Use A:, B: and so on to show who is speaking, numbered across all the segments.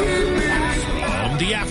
A: From the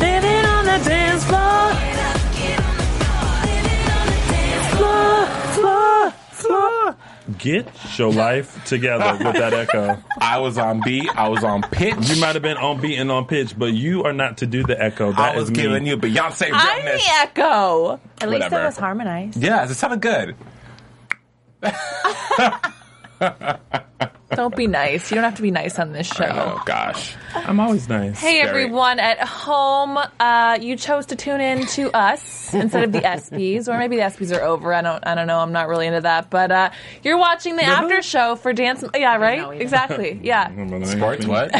B: Living on the dance floor. Floor, floor, floor.
C: Get your life together with that echo.
D: I was on beat. I was on pitch.
C: You might have been on beat and on pitch, but you are not to do the echo. That
D: I was
C: is me.
D: giving you Beyonce
B: I'm the
D: realness.
B: echo. At least
D: Whatever.
B: it was harmonized.
D: Yes, it sounded good.
B: Don't be nice. You don't have to be nice on this show.
D: Oh gosh.
C: I'm always nice.
B: Hey
D: Scary.
B: everyone at home, uh, you chose to tune in to us instead of the ESPYS, or maybe the ESPYS are over. I don't, I don't know. I'm not really into that, but uh, you're watching the after show for dance. Yeah, right. Exactly. Yeah.
D: Sports what?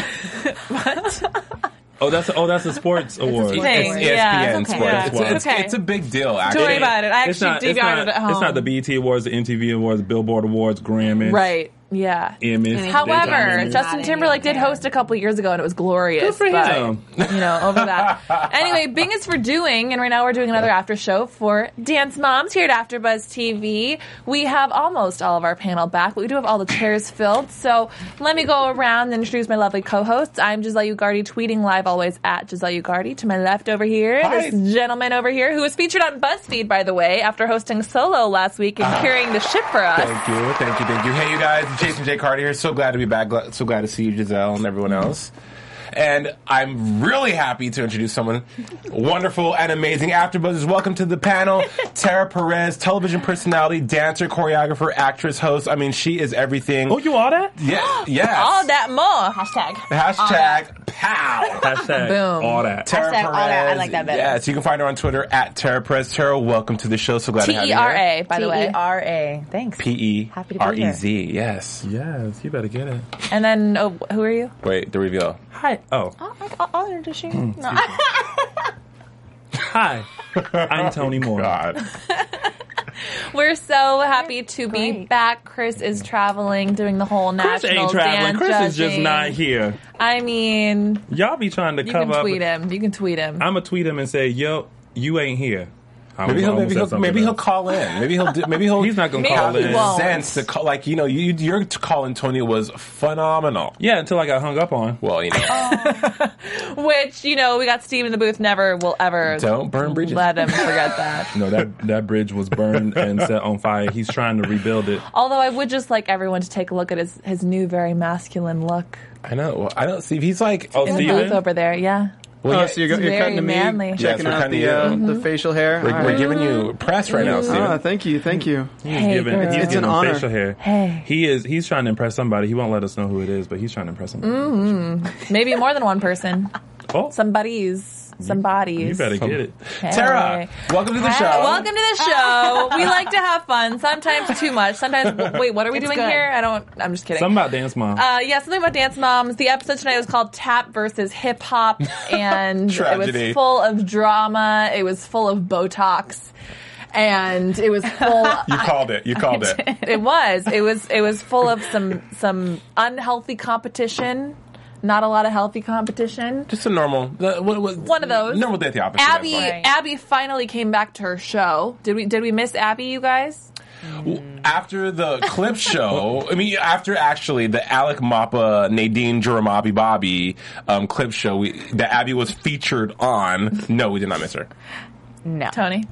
C: Oh, that's oh, that's a sports award.
B: thing.
D: It's E ESPN
B: Yeah, it's okay.
D: sports.
B: Yeah,
C: it's
D: It's,
B: okay.
D: it's a big deal. Actually.
B: Don't worry about it. I actually
C: It's not,
B: DVR'd
C: it's, not,
B: it at home.
C: it's not the BET Awards, the MTV Awards, Billboard Awards, Grammys,
B: right. Yeah.
C: Emmys.
B: However,
C: Daytime Emmys.
B: Justin Timberlake did host a couple years ago, and it was glorious. Good
C: for him.
B: But, you know, over that. anyway, Bing is for doing, and right now we're doing another after show for Dance Moms here at AfterBuzz TV. We have almost all of our panel back, but we do have all the chairs filled. So let me go around and introduce my lovely co-hosts. I'm Giselle Ugardi, tweeting live always at Giselle Ugardi. To my left over here,
D: Hi.
B: this gentleman over here, who was featured on BuzzFeed, by the way, after hosting Solo last week and carrying the ship for us.
D: Thank you, thank you, thank you. Hey, you guys, it's Jason J. Carter here. So glad to be back. Gl- So glad to see you, Giselle, and everyone else. And I'm really happy to introduce someone wonderful and amazing. AfterBuzzers, welcome to the panel. Tara Perez, television personality, dancer, choreographer, actress, host. I mean, she is everything.
C: Oh, you all that?
D: yeah, yes.
B: All that more. Hashtag.
D: Hashtag pow.
C: Hashtag
B: Boom.
C: all that.
D: Tara
E: Hashtag all that. I
D: Perez.
E: like that better.
D: Yes, you can find her on Twitter at Tara Perez. Tara, welcome to the show. So glad
B: T
D: to have
B: E
D: you
B: R
D: here.
B: A, by the way.
E: T-E-R-A. Thanks.
D: P E
E: Happy to
D: R
E: be
D: E
E: here.
D: Z. Yes.
C: Yes, you better get it.
B: And then, oh, who are you?
D: Wait, the reveal.
C: Hi. Oh,
E: I'll, I'll introduce you.
D: Mm.
E: No.
C: hi. I'm Tony Moore.
D: God.
B: We're so happy to be
E: Great.
B: back. Chris is traveling, doing the whole
C: Chris
B: national
C: ain't traveling.
B: dance
C: Chris is just
B: judging.
C: not here.
B: I mean,
C: Y'all be trying to
B: you
C: cover
B: can
C: up.
B: tweet him. You can tweet him.
C: I'm gonna tweet him and say, "Yo, you ain't here." I
D: Maybe
C: almost
D: he'll maybe
C: said
D: he'll,
C: something
D: maybe he'll
C: else.
D: call in. Maybe he'll do, maybe he'll.
C: He's not gonna
B: Maybe
C: call
B: he
C: in.
B: won't.
D: sense to call like you know you your call Antonio was phenomenal.
C: Yeah, until I got hung up on.
D: Well, you know,
B: Which, you know, we got Steve in the booth. Never will ever
D: don't burn bridges.
B: let him forget that.
C: No, that that bridge was burned and set on fire. He's trying to rebuild it.
B: Although I would just like everyone to take a look at his, his new, very masculine look
D: I know. Well, I don't see. He's like
C: Oh,
B: in the
C: Steven?
B: booth over there. Yeah.
D: Well,
F: Oh,
D: yeah,
F: so you're, go-
B: It's
F: you're cutting
B: very
F: to me,
B: manly.
F: checking
D: Yes, we're
F: out
D: cutting
F: the,
D: to
F: uh,
D: you.
F: the facial hair.
D: we're,
F: All
D: we're
F: right.
D: giving you press right now, Steven.
F: Ah, thank you, thank you.
C: He's giving, he's
B: girl.
F: It's
C: giving
F: an
C: him
F: honor.
C: facial hair.
B: Hey.
C: He is. He's trying to impress somebody. He won't let us know who it is, but he's trying to impress somebody.
B: Maybe more than one person.
C: Oh,
B: Somebody's. Somebody's.
C: you better
D: Mm.
C: get it.
B: Hey.
D: Tara, welcome to the
B: Hi,
D: show.
B: Welcome to the show. We like to have fun. Sometimes too much. Sometimes wait, what are we doing
E: good.
B: here? I don't. I'm just kidding.
C: Something about dance mom.
B: uh, yeah, something about dance moms. The episode tonight was called "Tap versus Hip Hop," and it was
D: Tragedy.
B: full of drama. It was full of Botox, and it was full.
D: You called it. You called it.
B: it was. It was. It was full of some some unhealthy competition. Not a lot of healthy competition.
D: Just a normal. the- what- what-
B: One of those.
D: Normal day at the office.
B: Abby,
D: that's
E: Right.
B: Abby finally came back to her show. Did we? Did we miss Abby? You guys?
D: fine. After the clip show, I mean, after actually the Alec Mappa, Nadine Juramabi Bobby um, clip show we, that Abby was featured on, no, we did not miss her.
E: no.
B: Tony.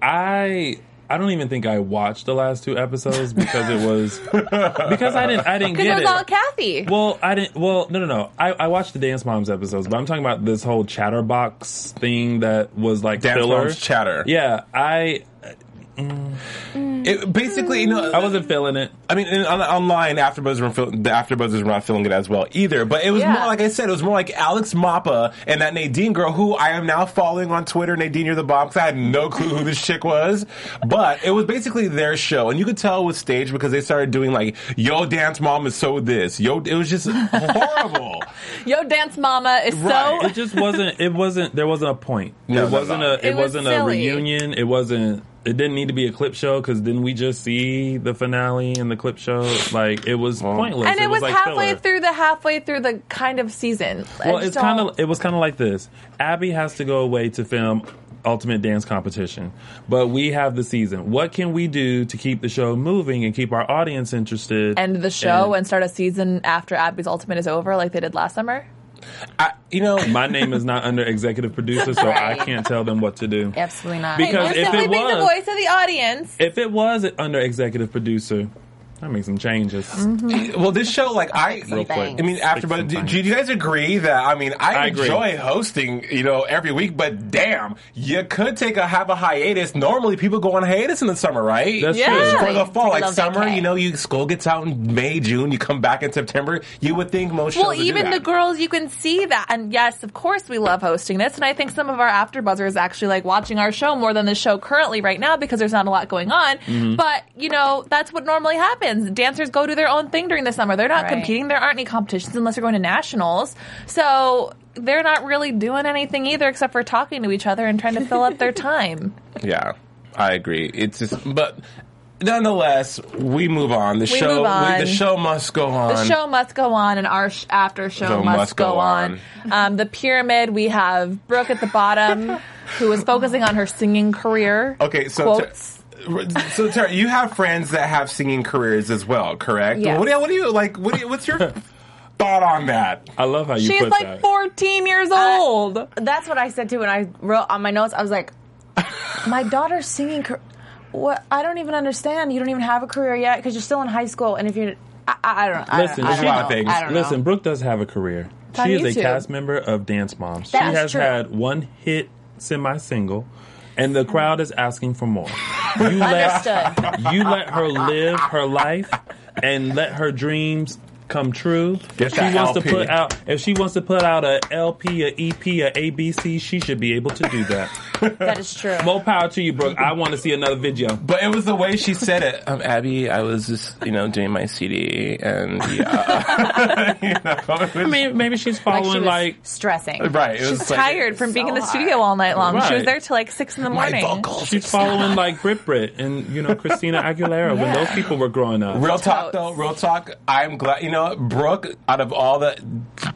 C: I I don't even think I watched the last two episodes because it was because I didn't I didn't
B: Because it
C: get
B: was
C: it.
B: all Kathy.
C: Well, I didn't. Well, no, no, no. I, I watched the Dance Moms episodes, but I'm talking about this whole Chatterbox thing that was like
D: Dance
C: filler.
D: Moms chatter.
C: Yeah, I
D: It, basically, you know,
C: I wasn't feeling it.
D: I mean, in, on, online, AfterBuzz were feel, the AfterBuzzers were not feeling it as well either. But it was
B: Yeah.
D: more like I said, it was more like Alex Mappa and that Nadine girl who I am now following on Twitter. Nadine, you're the bomb. Because I had no clue who this chick was, but it was basically their show, and you could tell it was staged because they started doing like "Yo, dance mom is so this." Yo, it was just horrible.
B: Yo, Dance Mama is
D: Right.
B: so.
C: It just wasn't. It wasn't. There wasn't a point.
D: No,
C: it
D: no,
C: wasn't
D: no.
C: a. It,
B: It was
C: wasn't a
B: silly.
C: reunion. It wasn't. It didn't need to be a clip show because then we just see the finale and the clip show. Like it was pointless.
B: And it was
C: like
B: halfway
C: filler.
B: through the halfway through the kind of season. I
C: Well,
B: just
C: it's kind
B: don't-
C: of it was kind of like this. Abby has to go away to film Ultimate Dance Competition, but we have the season. What can we do to keep the show moving and keep our audience interested?
B: end the show and,
C: And-
B: start a season after Abby's Ultimate is over, like they did last summer.
D: I, you know,
C: My name is not under executive producer, so I can't tell them what to do.
E: Absolutely not.
C: Because-
B: You're
C: if
B: simply
C: it
B: being the
C: was-
B: voice of the audience.
C: If it was under executive producer, I make some changes.
E: Mm-hmm.
D: well, this show, like I,
E: Real quick.
D: I mean, AfterBuzz.
C: Fix
D: Do,
C: some
D: do you guys agree that I mean, I,
C: I agree.
D: enjoy hosting, you know, every week, but damn, you could take a have a hiatus. Normally, people go on hiatus in the summer, right?
C: That's
B: Yeah.
C: true.
D: for the fall,
E: Take a
D: like
E: little
D: summer,
E: vacay.
D: you know, you school gets out in May, June. You come back in September. You would think most shows
B: Well,
D: would do
B: even
D: that.
B: the girls, you can see that. And yes, of course, we love hosting this. And I think some of our after buzzers actually like watching our show more than the show currently right now because there's not a lot going on.
D: Mm-hmm.
B: But, you know, that's what normally happens. Dancers go do their own thing during the summer. They're not
E: Right.
B: competing. There aren't any competitions unless they're going to nationals. So they're not really doing anything either except for talking to each other and trying to fill up their time.
D: Yeah, I agree. It's just, but nonetheless, we move on. The
B: We
D: show,
B: move on.
D: the show must go on.
B: The show must go on, and our sh- after show
D: So
B: must, go, on. Um, the pyramid, we have Brooke at the bottom, who is focusing on her singing career.
D: Okay, so
B: Quotes.
D: Ter- so Tara, you have friends that have singing careers as well, correct?
E: Yes.
D: What, do you, what do you like? What do you, what's your thought on that?
C: I love how you
B: She's
C: put
B: like
C: that.
B: 14 years old.
E: That's what I said too when I wrote on my notes. I was like, my daughter's singing. Car- what? I don't even understand. You don't even have a career yet because you're still in high school. And if you're, I, I I don't. I
C: Listen,
E: don't, I
C: she-
E: don't
D: A lot of
E: know.
D: things.
E: I don't know.
C: Listen, Brooke does have a career.
B: on
C: She is
B: YouTube.
C: a cast member of Dance Moms.
E: That
C: she
E: is
C: has
E: true.
C: had one hit semi single, and the crowd is asking for more. You let, you let her live her life and let her dreams come true.
D: Get
C: if she
D: that
C: wants
D: LP.
C: to put out if she wants to put out a LP, a EP, a ABC, she should be able to do that.
E: that is true.
C: More power to you, Brooke. I want to see another video.
D: But it was the way she said it. Um, Abby, I was just, you know, doing my CD and yeah. you know, it was-
C: I mean, maybe she's
E: Like, she
C: following
E: was
C: like
E: stressing.
D: right. It was
B: She's
D: like,
B: tired from being in the
E: so
B: studio all night long. She was
C: Right.
B: there till like 6 in the
D: My
B: morning.
D: vocals.
C: She's following like Brit Brit and you know Christina Aguilera when those people were growing up.
D: Real talk
B: Totes.
D: though, real talk. I'm glad you know Brooke. Out of all the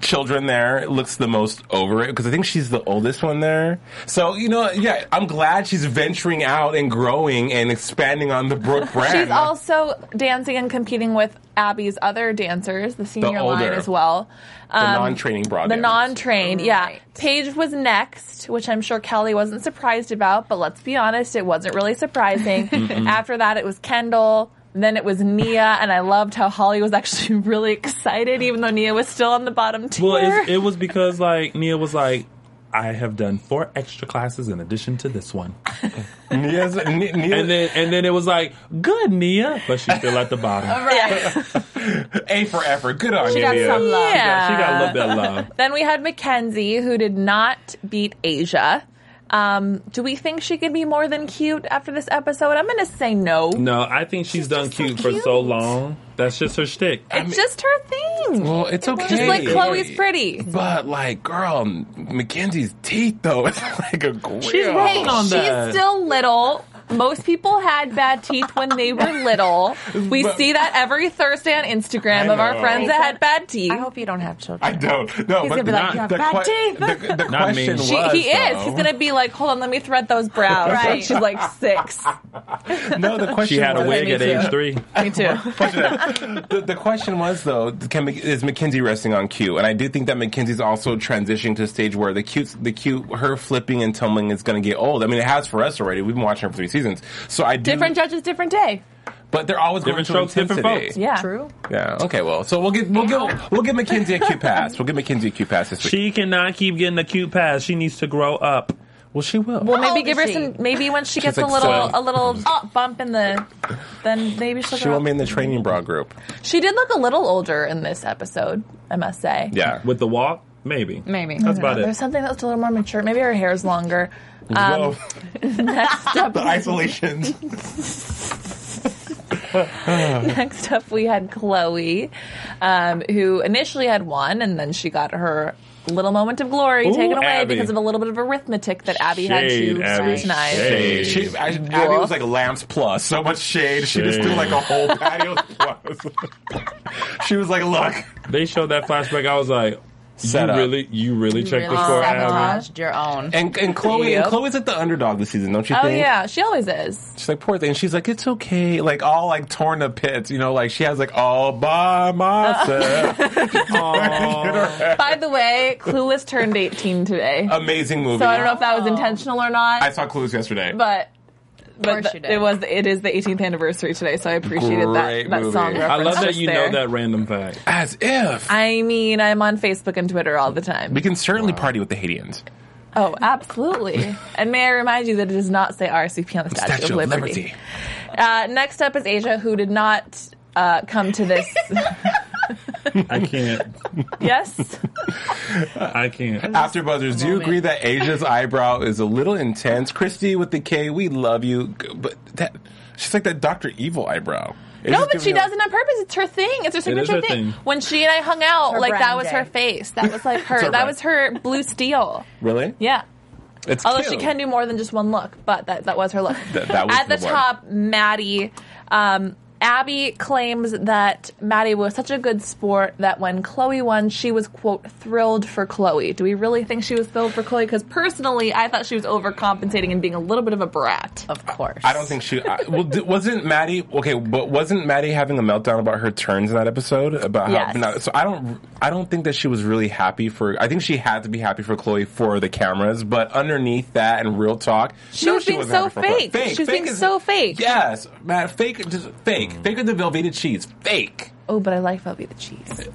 D: children there, looks the most over it because I think she's the oldest one there. So you know, yeah, I'm glad she's venturing out and growing and expanding on the Brooke brand.
B: She's also dancing and competing with Abby's other dancers, the senior line
D: older.
B: as well. Um,
D: non-training broad
B: The
D: dancers.
B: non-trained, yeah.
E: Right.
B: Paige was next, which I'm sure Kelly wasn't surprised about, but let's be honest, it wasn't really surprising. After that, it was Kendall. Then it was Nia, and I loved how Holly was actually really excited, even though Nia was still on the bottom tier.
C: Well, it's, it was because like Nia was like, I have done four extra classes in addition to this one,
D: Nia's, N- Nia-
C: and then and then it was like, good Nia, but she's still at the bottom.
B: yeah.
D: A for effort. Good on
E: She
D: you,
E: got
D: Nia.
E: some love.
C: Yeah, she got a little bit of love.
B: Then we had Mackenzie, who did not beat Asia. Um, do we think she could be more than cute after this episode? I'm going to say no.
C: No, I think she's, done
B: just so
C: cute, for so
B: cute.
C: long. That's just her shtick.
B: It's just her thing.
D: Well, it's okay.
B: Just like Chloe's pretty.
D: But like, girl, Mackenzie's teeth though, it's like a grill.
C: She's working on that.
B: She's still little. Most people had bad teeth when they were little. We
D: But-
B: see that every Thursday on Instagram
D: I
B: of our
D: know.
B: friends that had bad teeth.
E: I hope you don't have children.
D: I don't. No, but
E: He's gonna be like,
D: the-
E: "You have
D: the, que-
E: bad teeth."
D: the, the
C: Not me.
D: question
C: She-
B: She-
D: was
B: he is.
D: though-
B: He's gonna be like, hold on, let me thread those brows.
E: Right.
B: She's like six.
D: No, the question
C: She had a
D: was-
C: wig
B: me
C: at
B: too.
C: age three.
B: Me too.
D: the, the question was though, can, Mc- is Mackenzie resting on cue? And I do think that Mackenzie's also transitioning to a stage where the cute, the cute, her flipping and tumbling is going to get old. I mean, it has for us already. We've been watching her for three reasons. So I do,
E: Different judges, different day.
D: but they're always
C: Different
D: going
C: strokes,
D: to
C: different
D: intensity.
C: folks.
E: Yeah.
B: True.
D: Yeah. Okay. Well, so we'll get we'll go we'll give Mackenzie a Q pass. We'll give Mackenzie a Q pass this week.
C: She cannot keep getting a cute pass. She needs to grow up.
D: well, she will.
B: Well, maybe
E: old
B: give
E: is
B: her
E: she?
B: some. Maybe when she gets
D: like
B: a little
D: seven.
B: a little uh, bump in the, then maybe she'll.
D: she
B: grow
D: won't
B: up.
D: be in the training bra group.
B: She did look a little older in this episode, I must say.
D: Yeah.
C: With the walk, maybe.
E: Maybe.
C: That's about
B: There's
C: it.
B: something that looked a little more mature. Maybe her hair's longer. Um,
D: Whoa.
B: next up,
D: the isolation.
B: next up, we had Chloe, um, who initially had one, and then she got her little moment of glory
C: Ooh,
B: taken away
C: Abby.
B: because of a little bit of arithmetic that Abby had
C: Shade,
B: to
C: Abby,
B: scrutinize.
C: shade.
D: She, I, Abby was like lamps plus, so much shade. She just threw like a whole patio. plus. she was like, "Look,
C: They showed that flashback. I was like,
D: Set
C: you
D: up.
C: really, you really checked the score, Abby.
E: sabotaged your own.
D: And and Chloe
B: Yep.
D: and Chloe's like the underdog this season, don't you
B: Oh
D: think?
B: yeah, she always is.
D: She's like poor thing. She's like it's okay, like all like torn to pits, you know. Like she has like all
B: Uh,
D: by myself.
B: By the way, Clueless turned 18 today,
C: Oh,
D: Amazing movie.
B: so I don't know if that was
E: Oh.
B: intentional or not.
D: I saw Clues yesterday.
B: but
E: course
B: but th-
E: you did.
B: it was it is the 18th anniversary today, so I appreciated
D: Great
B: that that
D: movie.
B: song.
D: I
C: I
B: reference
C: love that
B: just
C: you
B: there.
C: know that random fact.
D: As if
B: I mean, I'm on Facebook and Twitter all the time.
D: we can certainly party with the Haitians.
B: Oh, absolutely. and may I remind you that it does not say RCP on the Statue,
D: Statue
B: of Liberty. Uh, next up is Asia, who did not uh, come to this.
C: I can't.
B: yes?
C: I can't.
D: After buzzers, do you agree that Asia's eyebrow is a little intense? Christy with the K, we love you, g- but that she's like that Doctor Evil eyebrow. It's
B: No,
D: just
B: but
D: giving
B: she
D: you-
B: does it on purpose. It's her thing. It's her
C: is
B: signature
C: her
B: thing.
C: thing.
B: When she and I hung out,
E: her
B: like that
E: brand
B: was
E: day.
B: her face. That was like her.
D: her
B: that
D: brand.
B: was her blue steel.
D: Really?
B: Yeah.
D: It's
B: Although she
D: cute.
B: can do more than just one look, but that, that was her look.
D: That- that was
B: At the,
D: the one.
B: top, Maddie. Um, Abby claims that Maddie was such a good sport that when Chloe won, she was, quote, thrilled for Chloe. Do we really think she was thrilled for Chloe? Because personally, I thought she was overcompensating and being a little bit of a brat.
E: of course.
D: I don't think she. I, well, d- wasn't Maddie okay? But wasn't Maddie having a meltdown about her turns in that episode? About how?
B: Yes.
D: no, so I don't. I don't think that she was really happy for. I think she had to be happy for Chloe for the cameras, but underneath that and real talk,
B: She
D: no,
B: was being
D: wasn't happy
B: so
D: for Chloe.
B: fake. She was being so fake.
D: Yes, Matt. Fake. Just fake. Faker the Velveeta cheese. Fake.
B: Oh, but I like Velveeta cheese.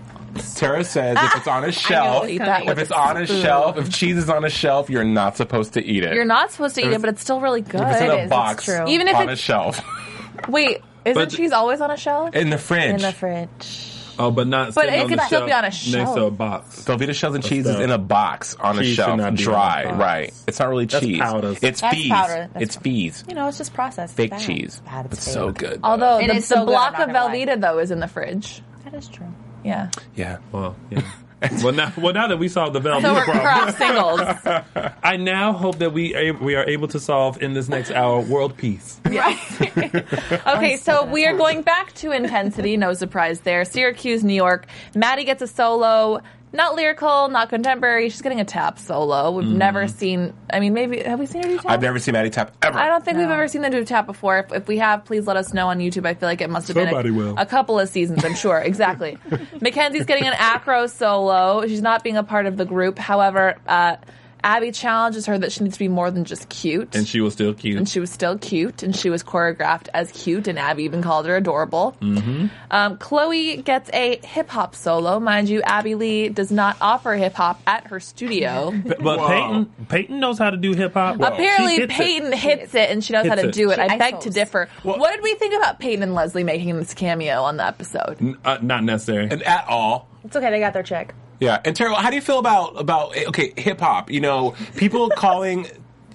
D: Tara says if it's on a shelf,
B: eat that
D: if
B: with
D: it's
B: a
D: on a
B: spoon.
D: shelf, if cheese is on a shelf, you're not supposed to eat it.
B: You're not supposed to eat it,
D: There's-
B: but it's still really good.
D: If it's in
E: is,
D: a
E: it's
D: box,
E: true.
B: Even if
D: on a
B: it's-
D: shelf,
B: Wait, isn't
C: But-
B: cheese always on a shelf?
D: in the fridge,
E: In the fridge.
C: Oh, but not.
B: But
C: sitting
B: it
C: on
B: could
C: the
B: still
C: shelf
B: be on a
C: next
B: shelf.
C: to a box.
D: Velveeta shells and cheese
C: that?
D: is in a box on
C: Cheese
D: a
C: should
D: shelf,
C: not be
D: dry,
C: in a box.
D: right? It's not really
C: That's
D: cheese.
C: powder.
D: It's
E: That's
D: fees.
E: powder. That's
D: It's fees.
E: You know, it's just processed.
D: Fake
E: Bad.
D: cheese.
E: Bad,
D: It's
E: fake.
D: so good. though.
B: Although
E: It
B: the,
E: is so
B: the
E: good,
B: block
E: I'm
B: of
E: not gonna
B: Velveeta, though, is in the fridge.
E: That is true.
B: Yeah.
D: yeah.
C: Well, yeah. well, now, well, now that we solved the
B: So
C: Velveeta
B: we're
C: problem,
B: crop singles.
C: I now hope that we a- we are able to solve in this next hour world peace.
B: Okay, so we are going back to intensity. No surprise there. Syracuse, New York. Maddie gets a solo. Not lyrical, not contemporary. She's getting a tap solo. We've never seen. I mean, maybe have we seen her do tap?
D: I've never seen Maddie Tap ever.
B: I don't think we've ever seen them do tap before. If, if we have, please let us know on YouTube. I feel like it must have
C: Somebody
B: been a,
C: will.
B: a couple of seasons, I'm sure. Exactly. Mackenzie's getting an acro solo. She's not being a part of the group. However, uh, Abby challenges her that she needs to be more than just cute.
C: And she was still cute.
B: And she was still cute, and she was choreographed as cute, and Abby even called her adorable. Um, Chloe gets a hip hop solo. Mind you, Abby Lee does not offer hip hop at her studio.
C: But Peyton Peyton knows how to do hip hop. She
B: Apparently,
C: hits it.
B: Peyton hits it and she knows how
C: Hits
B: to
C: it.
B: do it.
E: She
B: I
E: ice
B: beg to
E: rolls.
B: differ. what did we think about Peyton and Leslie making this cameo on the episode?
C: Uh, not necessary.
D: and at all.
E: It's okay. They got their check.
D: Yeah. And Terrell, how do you feel about about okay hip hop? You know, people calling.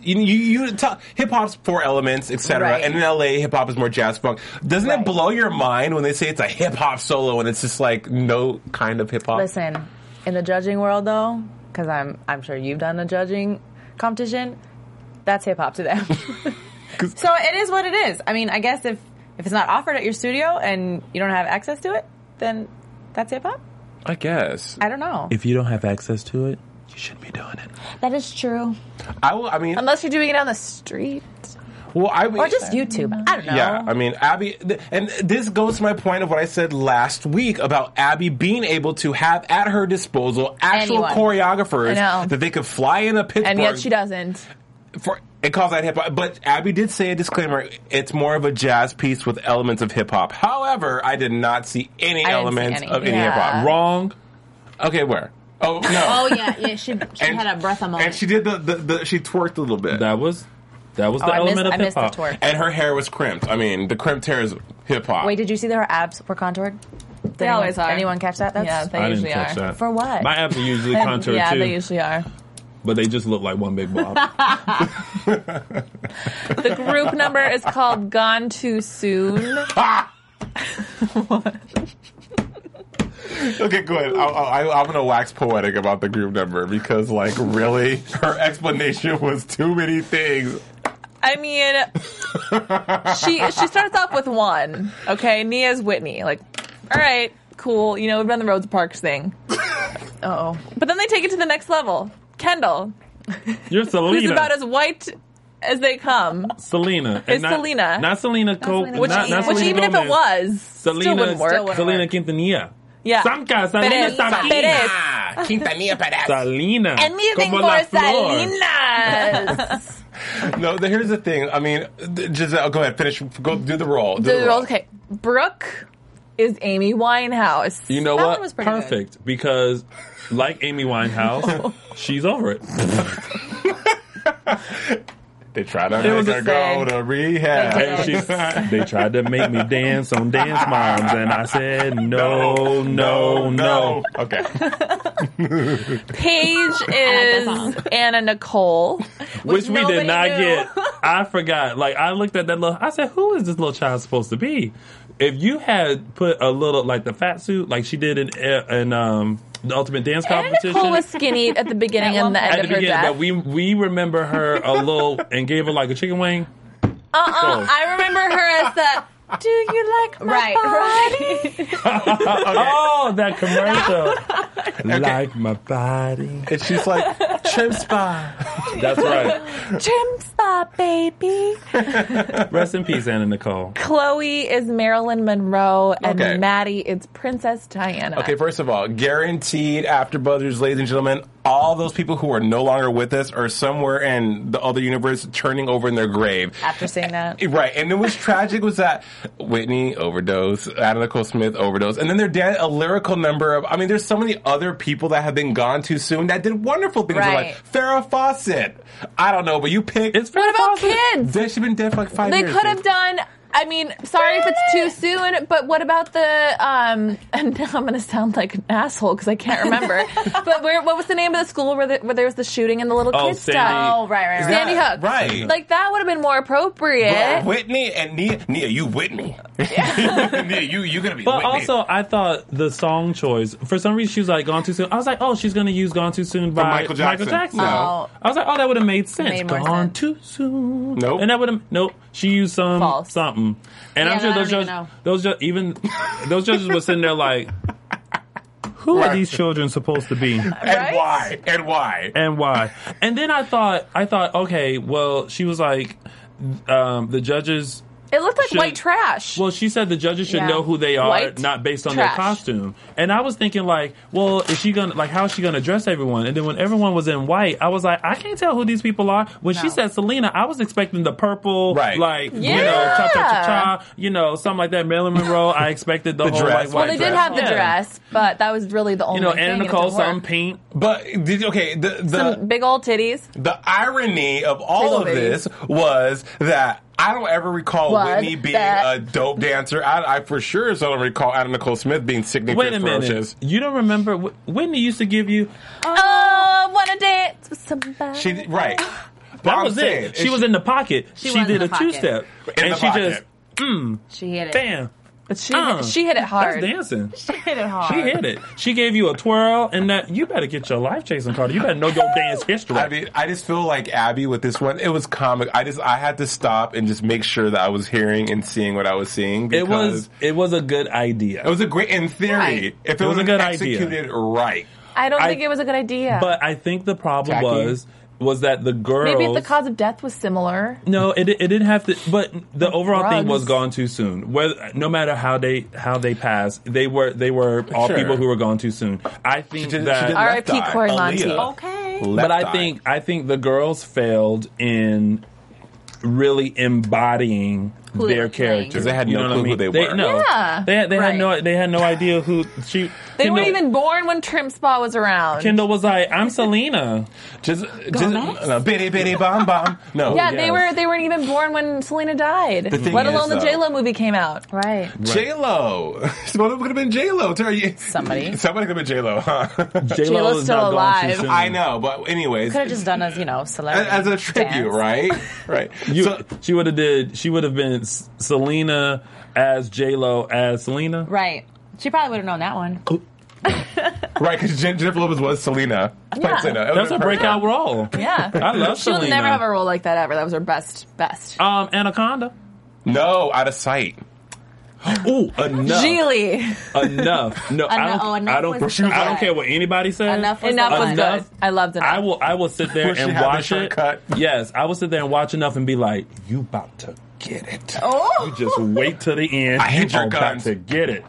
D: You, you, you tell hip hop's four elements, etc.
E: Right.
D: And in LA, hip hop is more jazz funk. Doesn't
E: Right.
D: it blow your mind when they say it's a hip hop solo and it's just like no kind of hip hop?
E: Listen, in the judging world, though, because I'm I'm sure you've done a judging competition, that's hip hop to them. so it is what it is. I mean, I guess if if it's not offered at your studio and you don't have access to it, then that's hip hop.
D: I guess.
E: I don't know.
C: If you don't have access to it, you shouldn't be doing it.
E: that is true.
D: I will. I mean,
B: Unless you're doing it on the street.
D: well, I
E: Or just YouTube. I don't know.
D: Yeah, I mean Abby, th- and this goes to my point of what I said last week about Abby being able to have at her disposal actual
E: Anyone.
D: choreographers
B: I know.
D: that they could fly in a Pittsburgh
B: And yet she doesn't.
D: for It calls out hip hop, but Abby did say a disclaimer. It's more of a jazz piece with elements of hip hop. However, I did not see any
E: I didn't see
D: elements
E: any.
D: of any
B: Yeah.
D: hip hop.
C: Wrong.
D: Okay, where? Oh no.
F: Oh yeah, yeah. She, she
D: And-
F: had a breath of
D: And she did the, the, the she twerked a little bit.
C: That was that was
E: Oh,
C: the
E: I missed,
C: element
E: I
C: of hip
E: missed the
C: hop.
E: twerk.
D: And her hair was crimped. I mean, the crimped hair is hip hop.
E: Wait, did you see that her abs were contoured? Did
B: They
E: anyone-
B: always are.
E: Anyone catch that? That's
B: Yeah, they
C: I didn't
B: usually
C: catch
B: are.
C: that.
E: For what?
C: My abs are usually contoured
B: yeah,
C: too,
B: they usually are.
C: but they just look like one big blob.
B: The group number is called Gone Too Soon.
D: Okay, good. I, I, I'm gonna wax poetic about the group number because, like, really, her explanation was too many things.
B: I mean, she she starts off with one. Okay, Nia's Whitney. Like, all right, cool. You know, we've done the Roads Parks thing.
E: oh,
B: But then they take it to the next level. Kendall,
C: You're Selena.
B: who's about as white as they come.
C: Selena.
B: It's
C: And not,
B: Selena.
C: Not Selena Cole.
F: Selena
C: Not,
B: Which,
F: Gomez.
C: not
B: which
C: Selena
B: even if it
C: Gomez.
B: was, still
C: Selena,
B: wouldn't work.
E: still wouldn't
C: Selena
E: work.
C: Quintanilla.
B: yeah.
C: Samka, Selena,
B: Perez,
C: Samka.
B: Perez.
D: Quintanilla Perez.
C: Selena.
B: Anything
C: Como
B: for
C: la flor.
B: Selena.
D: No, the, here's the thing. I mean, th- Giselle, go ahead, finish. Go do the roll. Do
B: The
D: the, roll.
B: roles- okay, Brooke is Amy Winehouse.
C: You know
E: That
C: what?
E: one was pretty good.
C: Perfect because, like Amy Winehouse, she's over it.
D: They tried to
C: was
D: make
C: a
D: her go
B: sad-
D: to rehab.
C: And she, they tried to make me dance on Dance Moms, and I said no, no, no.
D: Okay.
B: Paige is Anna Nicole.
C: Which we
B: nobody
C: did not
B: knew.
C: get. I forgot. Like I looked at that little. I said, "Who is this little child supposed to be?" If you had put a little like the fat suit, like she did in in um, the Ultimate Dance
B: Anna
C: Competition.
B: Nicole was skinny at the beginning and the end
C: at
B: of
C: the
B: her
C: beginning,
B: death.
C: but we we remember her a little and gave her like a chicken wing.
B: Uh-uh.
C: So-
B: I remember her as that. Do you like my
E: Right,
B: body?
C: Oh, that commercial. Like my body.
D: and she's like, chimp spy.
C: That's right.
B: Trim spot, baby.
C: Rest in peace, Anna Nicole.
B: Chloe is Marilyn Monroe, and
D: Okay.
B: Maddie is Princess Diana.
D: Okay, first of all, guaranteed after buzzers, ladies and gentlemen, all those people who are no longer with us are somewhere in the other universe turning over in their grave.
E: after seeing that.
D: Eh, Right, and then what's tragic was that Whitney overdose, Anna Nicole Smith overdose, and then they're dead a lyrical number of. I mean, there's so many other people that have been gone too soon that did wonderful things in
E: Right.
D: life. Farrah Fawcett, I don't know, but you picked.
C: It's
B: What about
C: Fawcett.
B: kids?
D: She's been dead for like five
B: They
D: years.
B: could have
D: dude.
B: done. I mean, sorry if it's too soon, but what about the? Um, and now I'm going to sound like an asshole because I can't remember. but where, what was the name of the school where, the, where there was the shooting and the little
C: Oh,
B: kids
C: Sandy.
B: died?
E: Oh, right, right, right.
B: Sandy
D: Yeah,
B: Hook.
D: right.
B: Like that would have been more appropriate.
D: But Whitney and Nia, Nia, you Whitney. Nia, you you gonna be.
C: But
D: Whitney.
C: also, I thought the song choice for some reason she was like "Gone Too Soon." I was like, "Oh, she's gonna use "Gone Too Soon" by
D: Michael Jackson. No.
B: Uh-huh.
E: Oh.
C: I was like, "Oh, that would have made sense."
E: Made more
C: Gone
E: sense.
C: too soon.
D: Nope.
C: And that would have nope. She used some
B: False.
C: something, and
F: Yeah,
C: I'm sure
F: I
C: those
F: don't even
C: judges,
F: know.
C: those ju- even those judges were sitting there like, "Who are
D: Right.
C: these children supposed to be?"
D: and
B: Right?
D: why and why?
C: and why. And then I thought, I thought, okay, well, she was like, um, the judges.
B: It looked like
C: Should-
B: white trash.
C: Well, she said the judges should
E: Yeah.
C: know who they are,
B: White
C: not based on their
B: trash.
C: costume. And I was thinking, like, well, is she gonna like how is she gonna dress everyone? And then when everyone was in white, I was like, I can't tell who these people are. When she
E: No.
C: said Selena, I was expecting the purple,
D: Right.
C: Like, you
B: Yeah.
C: know, cha cha cha cha, you know, something like that. Marilyn Monroe, I expected the,
D: The
C: whole
D: dress.
C: white
D: Well,
B: well,
C: white
B: they did
C: dress.
B: have the
C: Yeah.
B: dress, but that was really the only.
C: You know,
B: thing,
C: Anna
B: and it
C: Nicole,
B: didn't work.
C: some pink.
D: But did okay? The the
B: Some big old titties.
D: The irony of all
B: Tickle
D: of
B: baby.
D: this was that I don't ever recall
B: Was
D: Whitney being
B: that-
D: a dope dancer. I, I for sure don't recall Anna Nicole Smith being sickly
C: Wait a minute.
D: ferocious.
C: You don't remember Wh- Whitney used to give you
B: Oh, I wanna dance with somebody.
D: She right. But
C: That
D: I'm
C: was
D: saying,
C: it. She was in the pocket. She,
F: was
C: did
F: in
C: a
F: the
C: two
F: pocket.
C: step.
D: In
C: and
D: the
C: she
D: pocket.
C: just
F: She hit it.
C: bam.
B: but she
C: Uh,
B: she hit it
C: That's
B: hard.
C: dancing.
E: Hit it hard.
C: She hit it. She gave you a twirl and that you better get your life chasing Carter. You better know your dance history.
D: I mean, I just feel like Abby with this one. It was comic. I just I had to stop and just make sure that I was hearing and seeing what I was seeing. Because
C: it was it was a good idea.
D: It was a great in theory.
F: Right.
D: If it, was, a good
C: idea.
D: executed right.
B: I don't
C: I-
B: think it was a good idea.
C: but I think the problem
D: Jackie?
C: was was that the girls
B: Maybe if the cause of death was similar.
C: No, it it didn't have to. But the overall thing
B: drugs.
C: was gone too soon. Whether no matter how they how they passed, they were they were all
D: Sure.
C: people who were gone too soon. I think
D: She did- she
C: that
D: did
B: R.I.P.
D: left eye.
B: Corey Monteith.
D: Aaliyah.
F: Okay.
D: Left
C: but I
D: eye.
C: think I think the girls failed in really embodying
E: Who they
C: their
E: were playing.
C: characters.
D: 'Cause they had
C: You
D: no
C: know what
D: clue
C: I mean?
D: who they were.
C: no,
B: Yeah.
C: they, had- they
E: Right.
C: had no they had no idea who she.
B: They
C: Kendall-
B: weren't even born when Trim Spa was around.
C: Kendall was like, "I'm Selena."
D: Just, just no, bitty bitty bomb bomb. No,
B: yeah, they
C: yes.
B: were they weren't even born when Selena died.
D: The thing
B: Let
D: is,
B: alone the
D: though-
B: J Lo movie came out.
E: Right.
D: J Lo. Someone could have been J Lo.
E: Somebody.
D: Somebody could have been J Lo. Huh?
C: J
B: J-Lo's
C: Lo's
B: still
C: not gone too
B: alive.
C: soon.
D: I know, but anyways,
E: Could have just done as, you know, celebrity.
D: as a tribute,
E: dance.
D: right? Right.
C: You,
D: So-
C: she would have did. She would have been S- Selena as J Lo as Selena.
E: Right. She probably would have known that one.
D: right, because Jennifer Lopez was Selena.
B: Yeah.
C: That's her breakout role.
B: Yeah.
C: I love
B: She'll
C: Selena.
B: never have a role like that ever. That was her best best.
C: um, Anaconda.
D: No, out of sight.
C: Ooh, enough.
B: Geely.
C: enough. No, I
E: Enough-
C: don't.
E: oh, enough
C: I don't.
E: was
C: I
E: good.
C: don't care what anybody says.
E: Enough was
B: Enough
E: the
B: was
E: one.
B: good. I loved it.
C: I will. I will sit there
D: Wish you
C: and
D: had the
C: watch it.
D: shortcut.
C: Yes, I will sit there and watch enough and be like, "You about to get it?
E: Oh.
C: You just wait till the end.
D: I hate
C: You
D: your
C: about
D: guns.
C: Oh, to get it.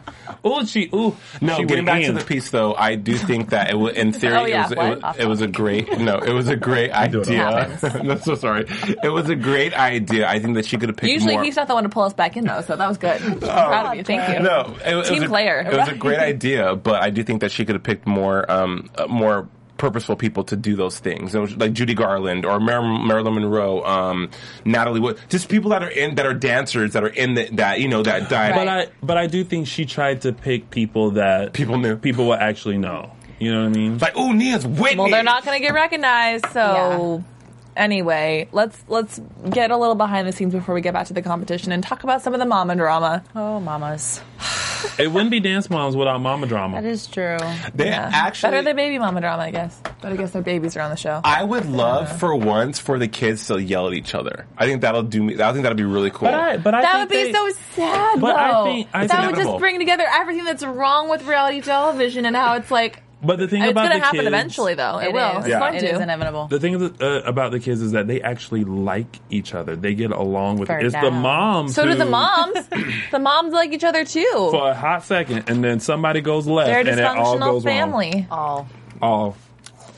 C: Oh, she. Ooh,
D: No,
C: she
D: getting
C: went
D: back to
C: in.
D: the piece though, I do think that it was, in theory
B: Oh, yeah,
D: it,
B: what?
D: was, it, was, it was a great no, it was a great idea. I'm so sorry. It was a great idea. I think that she could have picked
B: Usually
D: more. Oh,
B: he's not the one to pull us back in though, so that was good. I'm proud of you. Thank you.
D: no, it, was- it
B: Team
D: was a,
B: player.
D: It was a great idea, but I do think that she could have picked more um, uh, more purposeful people to do those things. It was like Judy Garland or Mar- Marilyn Monroe, um, Natalie Wood, just people that are in that are dancers that are in the, that you know that died.
C: But I. But I do think she tried to pick people that
D: People knew.
C: People will actually know. You know what I mean?
D: Like, ooh, Nia's Whitney.
B: Well, they're not going to get recognized. So anyway, let's let's get a little behind the scenes before we get back to the competition and talk about some of the mama drama.
E: Oh, mamas.
C: it wouldn't be dance moms without mama drama.
E: That is true.
D: They actually
B: Better the baby mama drama, I guess. But I guess their babies are on the show.
D: I would love for once for the kids to yell at each other. I think that'll do me. I think that'll be really cool.
C: but I. But I
B: that would be
C: think they-
B: so sad,
C: But I
B: though.
C: think- I
B: that
C: think-
B: would just bring together everything that's wrong with reality television and how it's like.
C: But the thing
B: It's
C: about
B: going to
C: the
B: happen
C: kids-
B: eventually, though. It, will.
E: is.
B: It's
D: Yeah.
B: going
E: It
B: to.
E: is inevitable.
C: The thing is, uh, about the kids is that they actually like each other. They get along with.
E: For
C: it's
E: now.
C: the moms.
B: so do the
C: who-
B: moms. the moms like each other too.
C: for a hot second, and then somebody goes left,
B: They're a
C: and it all
B: dysfunctional
C: goes
B: family.
E: All.
C: Wrong.